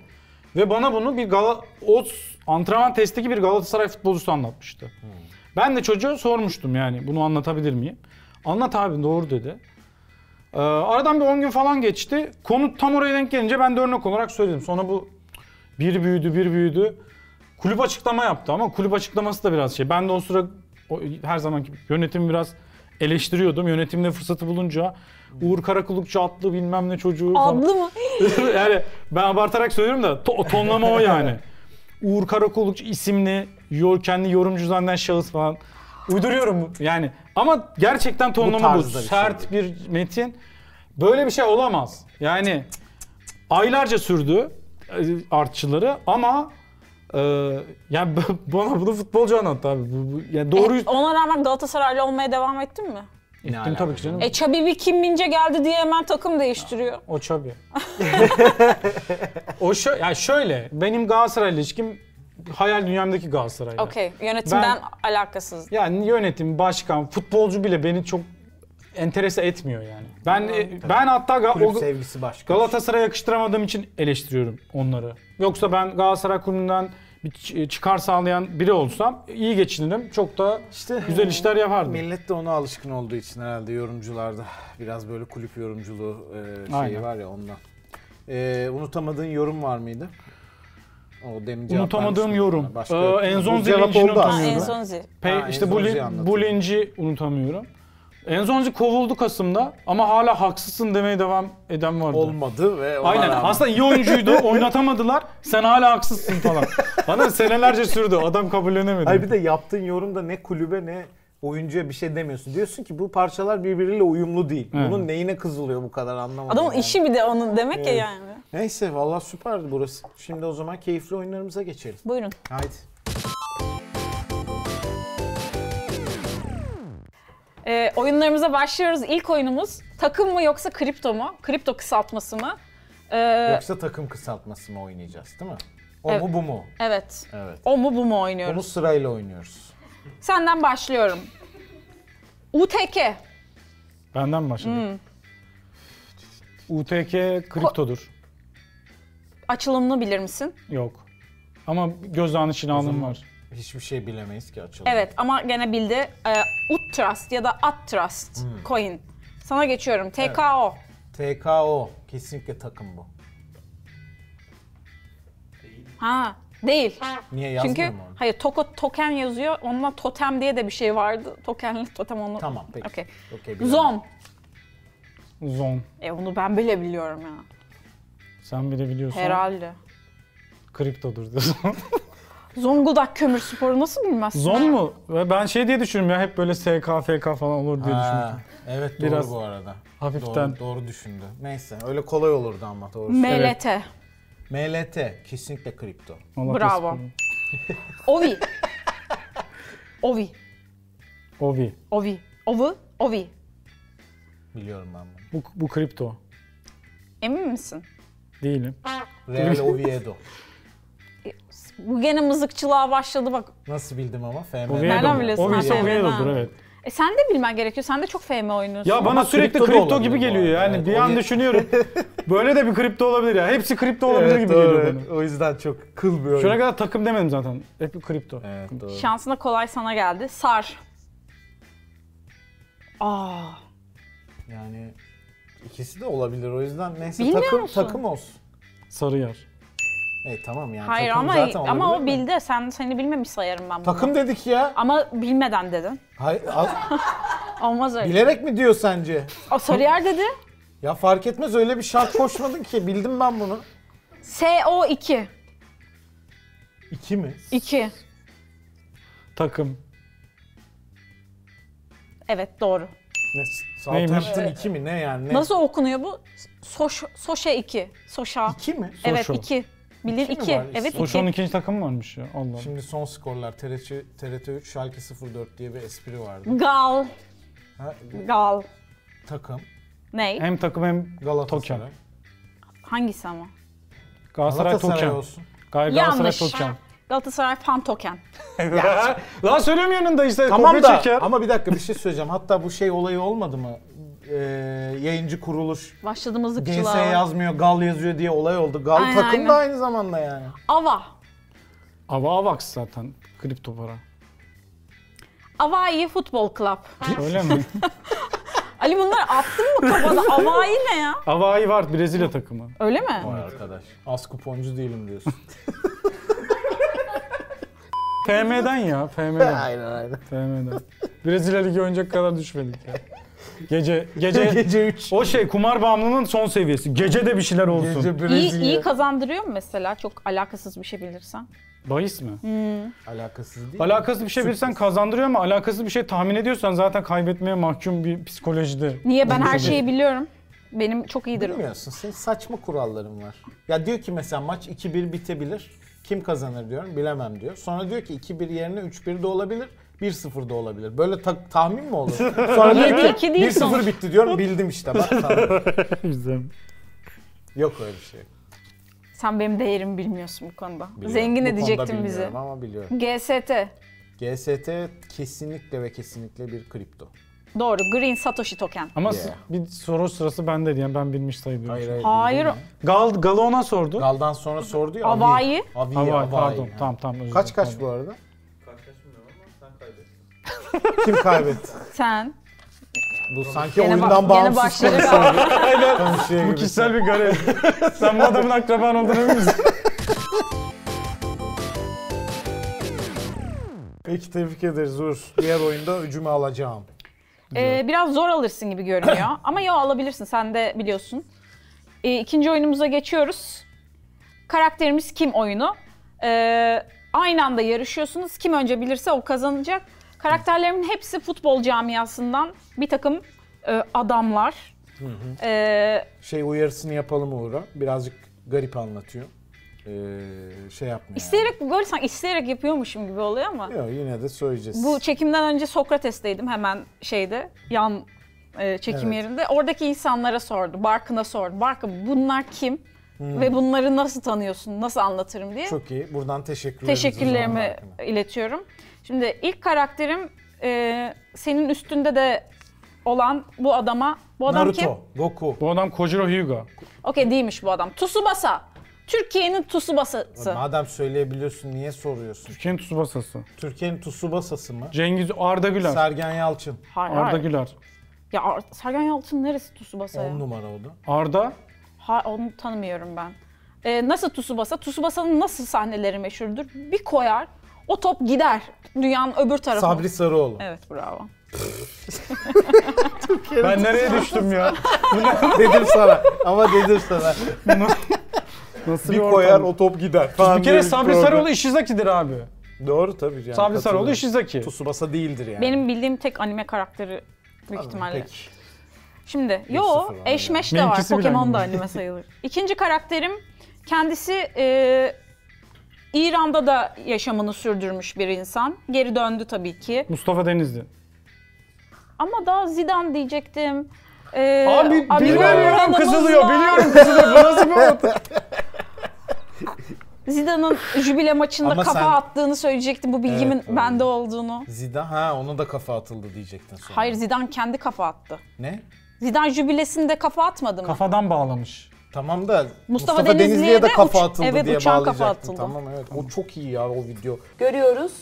[SPEAKER 2] Ve bana bunu bir Gala o antrenman testteki bir Galatasaray futbolcusu anlatmıştı. Ben de çocuğa sormuştum yani bunu anlatabilir miyim? Anlat abi doğru dedi. Ee, aradan bir 10 gün falan geçti. Konu tam oraya denk gelince ben de örnek olarak söyledim. Sonra bu bir büyüdü bir büyüdü. Kulüp açıklama yaptı ama kulüp açıklaması da biraz şey. Ben de o sıra o- her zamanki yönetimi biraz eleştiriyordum. Yönetimde fırsatı bulunca Uğur Karakulukçu adlı bilmem ne çocuğu falan.
[SPEAKER 3] Adlı mı?
[SPEAKER 2] yani ben abartarak söylüyorum da to- tonlama o yani. Uğur Karakolukçu isimli yor, kendi yorumcu zanneden şahıs falan. Uyduruyorum yani. Ama gerçekten tonlama bu.
[SPEAKER 1] tarzda bir şey
[SPEAKER 2] Sert bir metin. Böyle bir şey olamaz. Yani aylarca sürdü e, artçıları ama e, yani bana bunu futbolcu anlattı abi. Bu, bu- yani doğruyu
[SPEAKER 3] E, ona rağmen Galatasaraylı olmaya devam ettin mi?
[SPEAKER 2] ettim tabii ki canım.
[SPEAKER 3] E Çabibi Kim Mince geldi diye hemen takım değiştiriyor.
[SPEAKER 2] O Çabi. o şö- ya şöyle, benim Galatasaray'la ilişkim hayal dünyamdaki Galatasaray'la.
[SPEAKER 3] Okey, yönetimden alakasız.
[SPEAKER 2] Yani yönetim, başkan, futbolcu bile beni çok enterese etmiyor yani. Ben e, ben hatta Ga-
[SPEAKER 1] Kulüp
[SPEAKER 2] o-
[SPEAKER 1] sevgisi başka.
[SPEAKER 2] Galatasaray'a yakıştıramadığım için eleştiriyorum onları. Yoksa ben Galatasaray kulübünden bir çı- çıkar sağlayan biri olsam iyi geçinirim. Çok da
[SPEAKER 1] İşte-
[SPEAKER 2] güzel işler yapardım.
[SPEAKER 1] Millet de ona alışkın olduğu için herhalde yorumcularda biraz böyle kulüp yorumculuğu e, şeyi
[SPEAKER 2] Aynen.
[SPEAKER 1] var ya ondan. E, unutamadığın yorum var mıydı? O demin cevap
[SPEAKER 2] Unutamadığım
[SPEAKER 1] vermiştim
[SPEAKER 2] yorum.
[SPEAKER 1] sana.
[SPEAKER 2] Ee,
[SPEAKER 1] Bu
[SPEAKER 2] Enzonzi
[SPEAKER 1] cevap
[SPEAKER 2] linçini
[SPEAKER 1] oldu
[SPEAKER 2] unutamıyorum.
[SPEAKER 1] aslında.
[SPEAKER 3] Ha, en son zil.
[SPEAKER 2] Pe
[SPEAKER 1] Ha,
[SPEAKER 2] işte bu,
[SPEAKER 1] Enzonzi'yi
[SPEAKER 2] lin-
[SPEAKER 1] anlatıyor.
[SPEAKER 2] bu linci unutamıyorum. Enzonzi kovuldu Kasım'da ama hala haksızsın demeye devam eden vardı.
[SPEAKER 1] Olmadı ve ona
[SPEAKER 2] Aynen.
[SPEAKER 1] rağmen-
[SPEAKER 2] Aslında iyi oyuncuydu. oynatamadılar. Sen hala haksızsın falan. Bana senelerce sürdü. Adam kabullenemedi.
[SPEAKER 1] Hayır bir de yaptığın yorumda ne kulübe ne oyuncuya bir şey demiyorsun. Diyorsun ki bu parçalar birbiriyle uyumlu değil. Bunun neyine kızılıyor bu kadar anlamadım.
[SPEAKER 3] Adamın
[SPEAKER 1] yani.
[SPEAKER 3] işi bir de onun demek ya yani.
[SPEAKER 1] Neyse vallahi süperdi burası. Şimdi o zaman keyifli oyunlarımıza geçelim.
[SPEAKER 3] Buyurun.
[SPEAKER 1] Haydi.
[SPEAKER 3] Ee, oyunlarımıza başlıyoruz. İlk oyunumuz takım mı yoksa kripto mu? Kripto kısaltması mı? Ee,
[SPEAKER 1] Yoksa takım kısaltması mı oynayacağız değil mi? O
[SPEAKER 3] Evet.
[SPEAKER 1] mu bu mu?
[SPEAKER 3] evet.
[SPEAKER 1] Evet.
[SPEAKER 3] O mu bu mu oynuyoruz?
[SPEAKER 1] Onu sırayla oynuyoruz.
[SPEAKER 3] Senden başlıyorum. UTK.
[SPEAKER 2] Benden başladık. UTK kriptodur.
[SPEAKER 3] Açılımını bilir misin?
[SPEAKER 2] Yok. Ama gözdağın içine alım var.
[SPEAKER 1] Hiçbir şey bilemeyiz ki açalım.
[SPEAKER 3] Evet ama gene bildi. Ee, UT Trust ya da AT Trust
[SPEAKER 1] Hmm.
[SPEAKER 3] coin. Sana geçiyorum. TKO.
[SPEAKER 1] TKO. Kesinlikle takım bu.
[SPEAKER 3] Ha değil.
[SPEAKER 1] Niye yazmıyor
[SPEAKER 3] Çünkü
[SPEAKER 1] mu onu?
[SPEAKER 3] hayır toko token yazıyor. Onunla totem diye de bir şey vardı. Tokenli totem onu.
[SPEAKER 1] Tamam peki.
[SPEAKER 3] Okey.
[SPEAKER 1] Okey, bilemedim.
[SPEAKER 3] Zon.
[SPEAKER 2] Zon.
[SPEAKER 3] E onu ben bile biliyorum ya.
[SPEAKER 2] Sen bile biliyorsun.
[SPEAKER 3] Herhalde.
[SPEAKER 2] Kriptodur diyorsun.
[SPEAKER 3] Zonguldak kömür sporu nasıl bilmezsin?
[SPEAKER 2] Zon mu? Ve Ben şey diye düşünüyorum ya hep böyle SKFK falan olur diye
[SPEAKER 1] Ha,
[SPEAKER 2] düşünüyorum.
[SPEAKER 1] evet doğru
[SPEAKER 2] Biraz
[SPEAKER 1] bu arada.
[SPEAKER 2] hafiften.
[SPEAKER 1] Doğru, doğru düşündü. Neyse öyle kolay olurdu ama doğrusu.
[SPEAKER 3] MLT.
[SPEAKER 1] MLT kesinlikle kripto.
[SPEAKER 2] Allah
[SPEAKER 3] Bravo.
[SPEAKER 2] korusun.
[SPEAKER 3] Ovi. Ovi.
[SPEAKER 2] Ovi.
[SPEAKER 3] Ovi. Ovi. Ovi.
[SPEAKER 1] Biliyorum ben bunu.
[SPEAKER 2] Bu, bu kripto.
[SPEAKER 3] Emin misin?
[SPEAKER 2] Değilim.
[SPEAKER 1] Real Oviedo.
[SPEAKER 3] Bu gene mızıkçılığa başladı bak.
[SPEAKER 1] Nasıl bildim ama? FM.
[SPEAKER 3] Nereden
[SPEAKER 2] Oviedo.
[SPEAKER 3] biliyorsun?
[SPEAKER 2] Ovi
[SPEAKER 3] Ha,
[SPEAKER 2] Oviedo'dur
[SPEAKER 3] ha.
[SPEAKER 2] evet.
[SPEAKER 3] E sen de bilmen gerekiyor. Sen de çok FM oynuyorsun.
[SPEAKER 2] Ya bana sürekli
[SPEAKER 1] kripto da
[SPEAKER 2] kripto,
[SPEAKER 1] olabilir bu
[SPEAKER 2] gibi geliyor
[SPEAKER 1] arada,
[SPEAKER 2] yani.
[SPEAKER 1] evet.
[SPEAKER 2] bir an
[SPEAKER 1] Ovi-
[SPEAKER 2] düşünüyorum. Böyle de bir kripto olabilir ya. Hepsi kripto olabilir
[SPEAKER 1] Evet,
[SPEAKER 2] gibi
[SPEAKER 1] doğru.
[SPEAKER 2] geliyor bana.
[SPEAKER 1] O yüzden çok kıl bir oyun.
[SPEAKER 2] Şuna kadar takım demedim zaten. Hep bir kripto.
[SPEAKER 1] Evet doğru.
[SPEAKER 3] Şansına kolay sana geldi. Sar. Aa,
[SPEAKER 1] Yani ikisi de olabilir o yüzden neyse
[SPEAKER 3] Bilmiyor
[SPEAKER 1] takım
[SPEAKER 3] musun?
[SPEAKER 1] takım olsun.
[SPEAKER 2] Sarıyer.
[SPEAKER 1] E tamam yani
[SPEAKER 3] hayır
[SPEAKER 1] takım
[SPEAKER 3] ama
[SPEAKER 1] zaten
[SPEAKER 3] ama o
[SPEAKER 1] olabilir de.
[SPEAKER 3] bildi. Sen seni bilmemiş sayarım ben bunu.
[SPEAKER 1] Takım dedik ya.
[SPEAKER 3] Ama bilmeden dedin.
[SPEAKER 1] Hayır, az-
[SPEAKER 3] Olmaz öyle.
[SPEAKER 1] bilerek mi diyor sence?
[SPEAKER 3] O Sarıyer dedi.
[SPEAKER 1] Ya fark etmez öyle bir şart koşmadın ki bildim ben bunu.
[SPEAKER 3] SO2.
[SPEAKER 1] İki mi?
[SPEAKER 3] 2.
[SPEAKER 2] Takım.
[SPEAKER 3] Evet doğru.
[SPEAKER 1] Ne? Southampton iki mi? Ne yani? Ne?
[SPEAKER 3] Nasıl okunuyor bu? Soş, soşe 2. Soşa.
[SPEAKER 1] İki mi?
[SPEAKER 3] Evet
[SPEAKER 2] Soşo.
[SPEAKER 3] 2. Bildin
[SPEAKER 1] İki mi
[SPEAKER 3] 2.
[SPEAKER 1] var?
[SPEAKER 3] Evet
[SPEAKER 2] Koşanın
[SPEAKER 3] 2.
[SPEAKER 2] ikinci takımı varmış ya. Allah.
[SPEAKER 1] Şimdi son skorlar TRT, TRT 3 Schalke 04 diye bir espri vardı.
[SPEAKER 3] Gal.
[SPEAKER 1] Ha,
[SPEAKER 3] Gal.
[SPEAKER 1] takım
[SPEAKER 3] Ney?
[SPEAKER 2] Hem takım hem
[SPEAKER 1] Galatasaray.
[SPEAKER 2] token.
[SPEAKER 3] Hangisi ama?
[SPEAKER 2] Galatasaray
[SPEAKER 1] Galatasaray
[SPEAKER 2] Token.
[SPEAKER 1] olsun.
[SPEAKER 2] Gal- Galatasaray
[SPEAKER 3] Yanlış.
[SPEAKER 2] Token.
[SPEAKER 3] Galatasaray fan token.
[SPEAKER 2] Lan söylüyorum yanında işte.
[SPEAKER 1] Tamam
[SPEAKER 2] kopya
[SPEAKER 1] da
[SPEAKER 2] çeker.
[SPEAKER 1] ama bir dakika bir şey söyleyeceğim. Hatta bu şey olayı olmadı mı? Ee, yayıncı kuruluş
[SPEAKER 3] Başladığımız
[SPEAKER 1] GS
[SPEAKER 3] zıkçılığa.
[SPEAKER 1] yazmıyor, Gal yazıyor diye olay oldu. Gal
[SPEAKER 3] Aynen,
[SPEAKER 1] takım
[SPEAKER 3] aynen.
[SPEAKER 1] da aynı zamanda yani.
[SPEAKER 3] Ava.
[SPEAKER 2] Ava Avax zaten. Kripto para.
[SPEAKER 3] Avai Futbol Club.
[SPEAKER 2] Öyle mi?
[SPEAKER 3] Ali bunları attın mı kafana? Avai ne ya?
[SPEAKER 2] Avai var Brezilya takımı.
[SPEAKER 3] Öyle mi?
[SPEAKER 1] Vay arkadaş. Az kuponcu değilim diyorsun.
[SPEAKER 2] FM'den ya. FM'den.
[SPEAKER 1] aynen aynen.
[SPEAKER 2] FM'den. Brezilya Ligi oynayacak kadar düşmedik ya. Gece, gece,
[SPEAKER 1] Gece 3.
[SPEAKER 2] o şey kumar bağımlılığının son seviyesi. Gece de bir şeyler olsun.
[SPEAKER 1] Gece
[SPEAKER 3] İyi,
[SPEAKER 1] Brezilya.
[SPEAKER 3] iyi kazandırıyor mu mesela? Çok alakasız bir şey bilirsen.
[SPEAKER 2] Bahis mi?
[SPEAKER 1] Alakasız değil.
[SPEAKER 2] Alakasız bir şey bilirsen kazandırıyor ama alakasız bir şey tahmin ediyorsan zaten kaybetmeye mahkum bir psikolojide.
[SPEAKER 3] Niye? Ben her şeyi biliyorum. Benim çok iyidir.
[SPEAKER 1] Bilmiyorsun. Senin saçma kuralların var. Ya diyor ki mesela maç 2-1 bitebilir. Kim kazanır diyorum. Bilemem diyor. Sonra diyor ki 2-1 yerine 3-1 de olabilir. 1-0 da olabilir. Böyle ta- tahmin mi olur? Sonra diyor
[SPEAKER 3] Yedi
[SPEAKER 1] ki
[SPEAKER 3] iki değil
[SPEAKER 1] 1-0
[SPEAKER 3] sonuç.
[SPEAKER 1] bitti diyorum. Bildim işte. Bak tamam.
[SPEAKER 2] Güzel.
[SPEAKER 1] Yok öyle bir şey.
[SPEAKER 3] Sen benim değerimi bilmiyorsun bu konuda.
[SPEAKER 1] Biliyorum.
[SPEAKER 3] Zengin
[SPEAKER 1] Bu
[SPEAKER 3] edecektin
[SPEAKER 1] konuda
[SPEAKER 3] bizi.
[SPEAKER 1] bilmiyorum ama biliyorum.
[SPEAKER 3] GST.
[SPEAKER 1] GST kesinlikle ve kesinlikle bir kripto.
[SPEAKER 3] Doğru. Green Satoshi token.
[SPEAKER 2] Ama
[SPEAKER 1] Yeah.
[SPEAKER 2] s- bir soru sırası bende diyen ben bilmiş sayılıyorum.
[SPEAKER 1] Hayır hayır.
[SPEAKER 3] Hayır.
[SPEAKER 1] bildim
[SPEAKER 2] Gal Gal'ı ona sordu.
[SPEAKER 1] ya. Gal'dan sonra sordu ya.
[SPEAKER 3] Havai.
[SPEAKER 1] Avi,
[SPEAKER 2] Havai,
[SPEAKER 1] Avi,
[SPEAKER 2] pardon. Tamam tamam özür
[SPEAKER 1] Kaç
[SPEAKER 2] dilerim.
[SPEAKER 1] kaç bu arada? Kaç kaç bilmiyorum ama sen kaybettin. Kim kaybetti?
[SPEAKER 3] Sen.
[SPEAKER 1] Bu sanki
[SPEAKER 3] Gene bak-
[SPEAKER 1] oyundan
[SPEAKER 3] gene
[SPEAKER 1] bağımsız
[SPEAKER 3] başladı
[SPEAKER 1] konuşuyor. Konuşuyor
[SPEAKER 2] Bu
[SPEAKER 1] gibi.
[SPEAKER 2] kişisel bir görev. Sen bu adamın akraban olduğunu emin misin?
[SPEAKER 1] Peki tebrik ederiz Uğur. Diğer oyunda hücumu alacağım.
[SPEAKER 3] Ee, biraz zor alırsın gibi görünüyor. Ama ya alabilirsin. Sen de biliyorsun. Ee, ikinci oyunumuza geçiyoruz. Karakterimiz kim oyunu. Ee, aynı anda yarışıyorsunuz. Kim önce bilirse o kazanacak. Karakterlerimin hepsi futbol camiasından bir takım e, adamlar. Ee,
[SPEAKER 1] Şey uyarısını yapalım Uğur'a. Birazcık garip anlatıyor. Ee, şey yapmıyor.
[SPEAKER 3] isteyerek böyle sanki isteyerek yapıyormuşum gibi oluyor ama.
[SPEAKER 1] Yani. Yok yine de söyleyeceğiz.
[SPEAKER 3] Bu çekimden önce Sokrates'teydim hemen şeyde yan e, çekim
[SPEAKER 1] Evet.
[SPEAKER 3] yerinde. Oradaki insanlara sordu, Barkın'a sordu. Barkın bunlar kim? ve bunları nasıl tanıyorsun, nasıl anlatırım diye
[SPEAKER 1] Hmm. Çok iyi. Buradan teşekkürlerimizi
[SPEAKER 3] teşekkürlerimi
[SPEAKER 1] Zuhal Akın'a.
[SPEAKER 3] iletiyorum. Şimdi ilk karakterim e, senin üstünde de olan bu adama. Bu adam kim?
[SPEAKER 1] Naruto, Goku.
[SPEAKER 2] Bu adam Kojiro Hyuga.
[SPEAKER 3] Okey değilmiş bu adam. Tsubasa. Türkiye'nin Tsubasa'sı.
[SPEAKER 1] Madem söyleyebiliyorsun niye soruyorsun?
[SPEAKER 2] Türkiye'nin Tsubasa'sı.
[SPEAKER 1] Türkiye'nin Tsubasa'sı mı?
[SPEAKER 2] Cengiz Arda Güler.
[SPEAKER 1] Sergen Yalçın.
[SPEAKER 3] Hayır,
[SPEAKER 2] Arda
[SPEAKER 3] hayır.
[SPEAKER 2] Güler.
[SPEAKER 3] Ya Ar- Sergen Yalçın neresi Tsubasa ya?
[SPEAKER 1] 10 numara o da.
[SPEAKER 2] Arda
[SPEAKER 3] Ha, onu tanımıyorum ben. Ee, nasıl Tsubasa? Tsubasa'nın nasıl sahneleri meşhurdur? Bir koyar, o top gider dünyanın öbür tarafına.
[SPEAKER 1] Sabri Sarıoğlu.
[SPEAKER 3] Evet bravo.
[SPEAKER 2] Ben nereye düştüm ya?
[SPEAKER 1] dedim sana. Ama dedim sana.
[SPEAKER 2] Nasıl
[SPEAKER 1] bir koyar o top gider.
[SPEAKER 2] Bir kere Sabri Sarıoğlu Ishizaki'dir abi.
[SPEAKER 1] Doğru tabii. Yani
[SPEAKER 2] Sabri Sarıoğlu
[SPEAKER 1] katılıyorum.
[SPEAKER 2] Ishizaki.
[SPEAKER 1] Tsubasa değildir yani.
[SPEAKER 3] Benim bildiğim tek anime karakteri büyük ihtimalle.
[SPEAKER 1] Peki.
[SPEAKER 3] Şimdi yo
[SPEAKER 1] sıfır var
[SPEAKER 3] eşmeş de var.
[SPEAKER 2] Benimkisi bile
[SPEAKER 3] Pokemon da
[SPEAKER 2] anime.
[SPEAKER 3] anime sayılır. İkinci karakterim kendisi e, İran'da da yaşamını sürdürmüş bir insan. Geri döndü tabii ki.
[SPEAKER 2] Mustafa Denizli.
[SPEAKER 3] Ama daha Zidane diyecektim. Ee,
[SPEAKER 2] Abi,
[SPEAKER 3] Amigo
[SPEAKER 2] bilmiyorum
[SPEAKER 3] Ronaldo'muz
[SPEAKER 2] kızılıyor.
[SPEAKER 3] var.
[SPEAKER 2] Biliyorum kızılıyor. Bu nasıl bir mantık?
[SPEAKER 3] Zidane'ın jübile maçında
[SPEAKER 1] Ama
[SPEAKER 3] kafa
[SPEAKER 1] sen-
[SPEAKER 3] attığını söyleyecektim. Bu bilgimin
[SPEAKER 1] Evet, doğru.
[SPEAKER 3] bende olduğunu.
[SPEAKER 1] Zidane ha ona da kafa atıldı diyecektin sonra.
[SPEAKER 3] Hayır Zidane kendi kafa attı.
[SPEAKER 1] Ne?
[SPEAKER 3] Zidane jübilesinde kafa atmadı mı?
[SPEAKER 2] Kafadan bağlamış.
[SPEAKER 1] Tamam da Mustafa,
[SPEAKER 3] Denizli'ye
[SPEAKER 1] Denizli'ye,
[SPEAKER 3] de
[SPEAKER 1] de
[SPEAKER 3] uç-
[SPEAKER 1] kafa atıldı
[SPEAKER 3] evet,
[SPEAKER 1] diye
[SPEAKER 3] uçağa kafa
[SPEAKER 1] bağlayacaktın.
[SPEAKER 3] atıldı.
[SPEAKER 1] Tamam evet. O çok iyi ya o video.
[SPEAKER 7] Görüyoruz.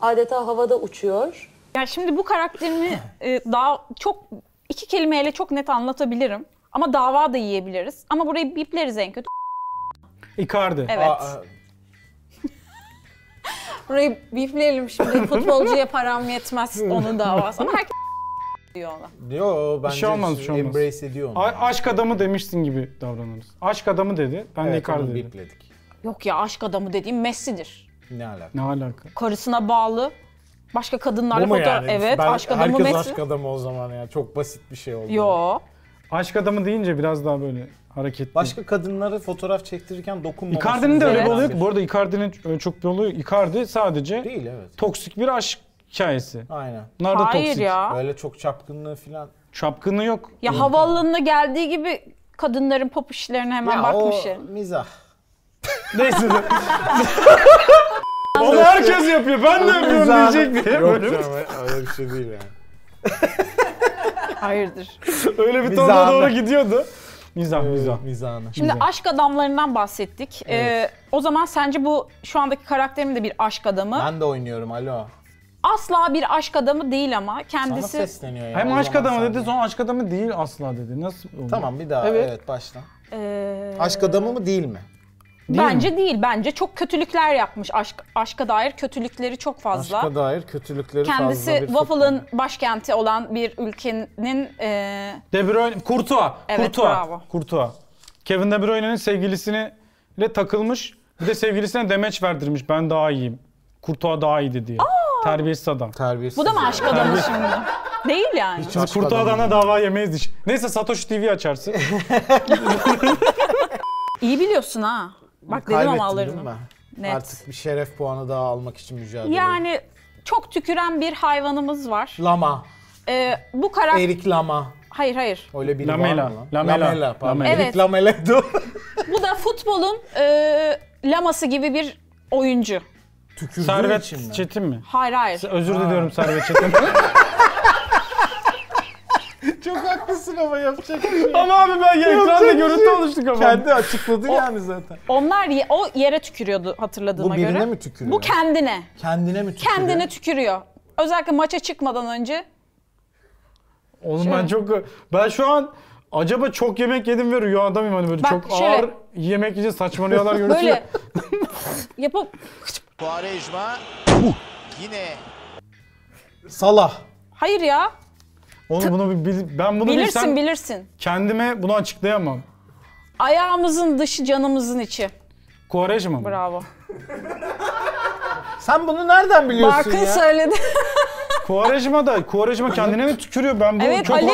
[SPEAKER 7] Adeta havada uçuyor.
[SPEAKER 3] Yani şimdi bu karakterimi e, daha çok iki kelimeyle çok net anlatabilirim. Ama dava da yiyebiliriz. Ama burayı bipleriz en kötü.
[SPEAKER 2] Icardi.
[SPEAKER 3] Evet.
[SPEAKER 1] Aa,
[SPEAKER 3] Burayı bipleyelim şimdi. Futbolcuya param yetmez onun davası. Ama herkes diyor ona.
[SPEAKER 1] yo bence
[SPEAKER 2] şey olmaz, bir şey olmaz.
[SPEAKER 1] embrace ediyor onu.
[SPEAKER 2] A- aşk adamı demiştin gibi davranırız. Aşk adamı dedi. Ben de
[SPEAKER 1] evet,
[SPEAKER 2] Icardi
[SPEAKER 1] onu
[SPEAKER 2] dedim.
[SPEAKER 1] bipledik.
[SPEAKER 3] Yok ya aşk adamı dediğim Messi'dir.
[SPEAKER 1] Ne alaka?
[SPEAKER 2] Ne alaka?
[SPEAKER 3] Karısına bağlı. Başka kadınlarla
[SPEAKER 1] Bu mu
[SPEAKER 3] fotoğraf...
[SPEAKER 1] yani?
[SPEAKER 3] Evet
[SPEAKER 1] Ben-
[SPEAKER 3] aşk adamı
[SPEAKER 1] herkes
[SPEAKER 3] Messi.
[SPEAKER 1] aşk adamı o zaman ya. Çok basit bir şey oldu.
[SPEAKER 3] Yo.
[SPEAKER 2] Aşk adamı deyince biraz daha böyle hareketli.
[SPEAKER 1] Başka kadınları fotoğraf çektirirken dokunmaması.
[SPEAKER 2] Icardi'nin de öyle bir şey
[SPEAKER 3] Evet.
[SPEAKER 2] olayı yok. Bu arada Icardi'nin ç- çok bir olayı. Icardi sadece
[SPEAKER 1] Değil evet.
[SPEAKER 2] toksik bir aşk hikayesi.
[SPEAKER 1] Aynen.
[SPEAKER 2] Bunlar da
[SPEAKER 3] Hayır
[SPEAKER 2] toksik.
[SPEAKER 3] ya.
[SPEAKER 1] Öyle çok çapkınlığı falan.
[SPEAKER 2] Çapkını yok. Ee,
[SPEAKER 3] Ya havaalanına geldiği gibi kadınların pop işlerine hemen
[SPEAKER 1] Ya
[SPEAKER 3] bakmış.
[SPEAKER 1] o
[SPEAKER 3] ya.
[SPEAKER 1] mizah.
[SPEAKER 2] Neyse. Onu herkes yapıyor. Ben de yapıyorum diyecek diye
[SPEAKER 1] Yok
[SPEAKER 2] böyle.
[SPEAKER 1] canım öyle bir şey değil yani.
[SPEAKER 3] Hayırdır.
[SPEAKER 2] Öyle bir
[SPEAKER 1] Mizahı.
[SPEAKER 2] tonda doğru gidiyordu. Ee, Mizah mizah.
[SPEAKER 1] Mizahını.
[SPEAKER 3] Şimdi aşk adamlarından bahsettik. Ee, o zaman sence bu şu andaki karakterim de bir aşk adamı.
[SPEAKER 1] Ben de oynuyorum alo.
[SPEAKER 3] Asla bir aşk adamı değil ama
[SPEAKER 1] Sana
[SPEAKER 3] kendisi
[SPEAKER 1] sesleniyor ya.
[SPEAKER 2] Hem
[SPEAKER 1] o
[SPEAKER 2] aşk
[SPEAKER 1] zaman
[SPEAKER 2] adamı
[SPEAKER 1] sen
[SPEAKER 2] dedi
[SPEAKER 1] de.
[SPEAKER 2] sonra aşk adamı değil asla dedi. Nasıl oldu?
[SPEAKER 1] Tamam bir daha
[SPEAKER 2] Evet.
[SPEAKER 1] evet, başla.
[SPEAKER 3] ee,
[SPEAKER 1] Aşk adamı mı değil mi?
[SPEAKER 3] bence değil. Bence çok kötülükler yapmış. Aşk aşka dair kötülükleri çok fazla.
[SPEAKER 1] Aşka dair kötülükleri
[SPEAKER 3] kendisi
[SPEAKER 1] fazla bir
[SPEAKER 3] Waffle'ın başkenti olan bir ülkenin ee,
[SPEAKER 2] De Bruyne, Kurtua.
[SPEAKER 3] Evet,
[SPEAKER 2] Kurtua.
[SPEAKER 3] bravo.
[SPEAKER 2] Kurtua. Kevin De Bruyne'nin sevgilisine ile takılmış. Bir de sevgilisine demeç verdirmiş. Ben daha iyiyim. Kurtua daha iyiydi diye. Terbiyesiz adam.
[SPEAKER 1] terbiyesiz.
[SPEAKER 3] Bu da mı
[SPEAKER 1] ya.
[SPEAKER 3] aşk adamı şimdi? Değil yani.
[SPEAKER 1] Hiç
[SPEAKER 2] Biz
[SPEAKER 1] aşk
[SPEAKER 2] Kurtua'dan
[SPEAKER 1] adamı.
[SPEAKER 2] da dava yemeyiz diş. Neyse Satoshi TV açarsın.
[SPEAKER 3] İyi biliyorsun ha. Bak dedim
[SPEAKER 1] Kaybettim
[SPEAKER 3] ama
[SPEAKER 1] değil
[SPEAKER 3] alırım.
[SPEAKER 1] mi?
[SPEAKER 3] Net.
[SPEAKER 1] Artık bir şeref puanı daha almak için mücadele.
[SPEAKER 3] Yani çok tüküren bir hayvanımız var.
[SPEAKER 1] Lama.
[SPEAKER 3] Ee, bu karakter...
[SPEAKER 1] Erik Lama.
[SPEAKER 3] Hayır hayır.
[SPEAKER 1] Öyle biri
[SPEAKER 2] Lamela,
[SPEAKER 1] var mı lan?
[SPEAKER 2] Lamela,
[SPEAKER 1] pardon.
[SPEAKER 2] Lamela.
[SPEAKER 1] Erik
[SPEAKER 3] Evet.
[SPEAKER 1] Lamela dur.
[SPEAKER 3] Bu da futbolun e, laması gibi bir oyuncu.
[SPEAKER 1] Tükürdüğü için
[SPEAKER 2] Servet
[SPEAKER 1] mi?
[SPEAKER 2] Çetin mi?
[SPEAKER 3] Hayır hayır.
[SPEAKER 2] Özür diliyorum Servet Çetin.
[SPEAKER 1] Çok haklısın ama yapacak bir şey. yok.
[SPEAKER 2] ama abi ben ekranda
[SPEAKER 1] Yapacak bir
[SPEAKER 2] görüntü
[SPEAKER 1] şey.
[SPEAKER 2] oluştu kafamda.
[SPEAKER 1] Kendi açıkladı yani zaten.
[SPEAKER 3] Onlar ye- o yere tükürüyordu
[SPEAKER 1] Bu
[SPEAKER 3] hatırladığıma
[SPEAKER 1] birine
[SPEAKER 3] göre.
[SPEAKER 1] mi tükürüyor?
[SPEAKER 3] Bu kendine.
[SPEAKER 1] Kendine mi tükürüyor?
[SPEAKER 3] Kendine tükürüyor. Özellikle maça çıkmadan önce.
[SPEAKER 2] Oğlum ben çok... Ben şu an acaba çok yemek yedim ve rüyada mıyım? Hani böyle
[SPEAKER 3] Bak,
[SPEAKER 2] çok
[SPEAKER 3] şöyle.
[SPEAKER 2] ağır yemek yiyince saçmalıyorlar görüntü.
[SPEAKER 3] Böyle yapıp
[SPEAKER 6] Quaresma yine
[SPEAKER 1] Salah.
[SPEAKER 3] hayır ya
[SPEAKER 2] Onu bunu bir bil- ben bunu
[SPEAKER 3] bilirsin
[SPEAKER 2] bilsem
[SPEAKER 3] bilirsin.
[SPEAKER 2] kendime bunu açıklayamam.
[SPEAKER 3] Ayağımızın dışı canımızın içi.
[SPEAKER 2] Kovarejma mı?
[SPEAKER 3] Bravo.
[SPEAKER 1] Sen bunu nereden biliyorsun
[SPEAKER 3] Barkın
[SPEAKER 1] ya?
[SPEAKER 3] söyledi.
[SPEAKER 2] Kovarejma da Kovarejma kendine mi tükürüyor? Ben bunu
[SPEAKER 3] Evet,
[SPEAKER 2] çok
[SPEAKER 3] Ali.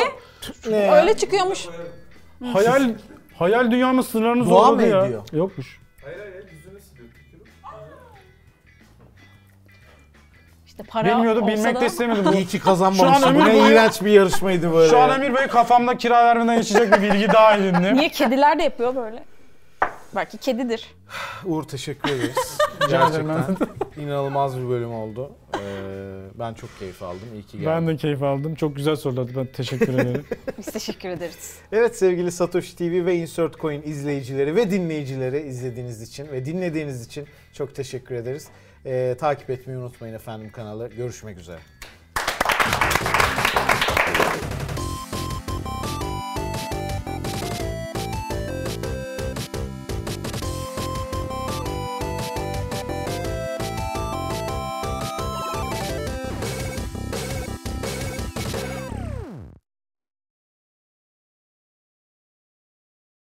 [SPEAKER 1] Ne ya?
[SPEAKER 3] Öyle çıkıyormuş.
[SPEAKER 2] hayal hayal dünyamın sınırlarını
[SPEAKER 1] Dua
[SPEAKER 2] zorladı
[SPEAKER 1] mı
[SPEAKER 2] ya.
[SPEAKER 1] ediyor?
[SPEAKER 2] Yokmuş.
[SPEAKER 3] İşte para
[SPEAKER 2] Bilmiyordu,
[SPEAKER 3] olsa
[SPEAKER 2] bilmek
[SPEAKER 3] da-
[SPEAKER 2] de istemedi.
[SPEAKER 1] İyi ki kazanmamışsın.
[SPEAKER 2] Şu an
[SPEAKER 1] Bu
[SPEAKER 2] ömür
[SPEAKER 1] ne
[SPEAKER 2] boyu-
[SPEAKER 1] iğrenç bir yarışmaydı böyle.
[SPEAKER 2] Şu an
[SPEAKER 1] ya.
[SPEAKER 2] Emir Bey kafamda kira vermeden geçecek bir bilgi daha edindim.
[SPEAKER 3] Niye kediler de yapıyor böyle? Belki kedidir.
[SPEAKER 1] Uğur teşekkür ederiz.
[SPEAKER 2] ederim.
[SPEAKER 1] Gerçekten inanılmaz bir bölüm oldu. Ee, ben çok keyif aldım. İyi ki geldin.
[SPEAKER 2] Ben de keyif aldım. Çok güzel sorulardı. Ben teşekkür ederim.
[SPEAKER 3] Biz teşekkür ederiz.
[SPEAKER 1] Evet sevgili Satoshi TV ve Insert Coin izleyicileri ve dinleyicileri izlediğiniz için ve dinlediğiniz için çok teşekkür ederiz. Ee, takip etmeyi unutmayın efendim kanalı. Görüşmek üzere.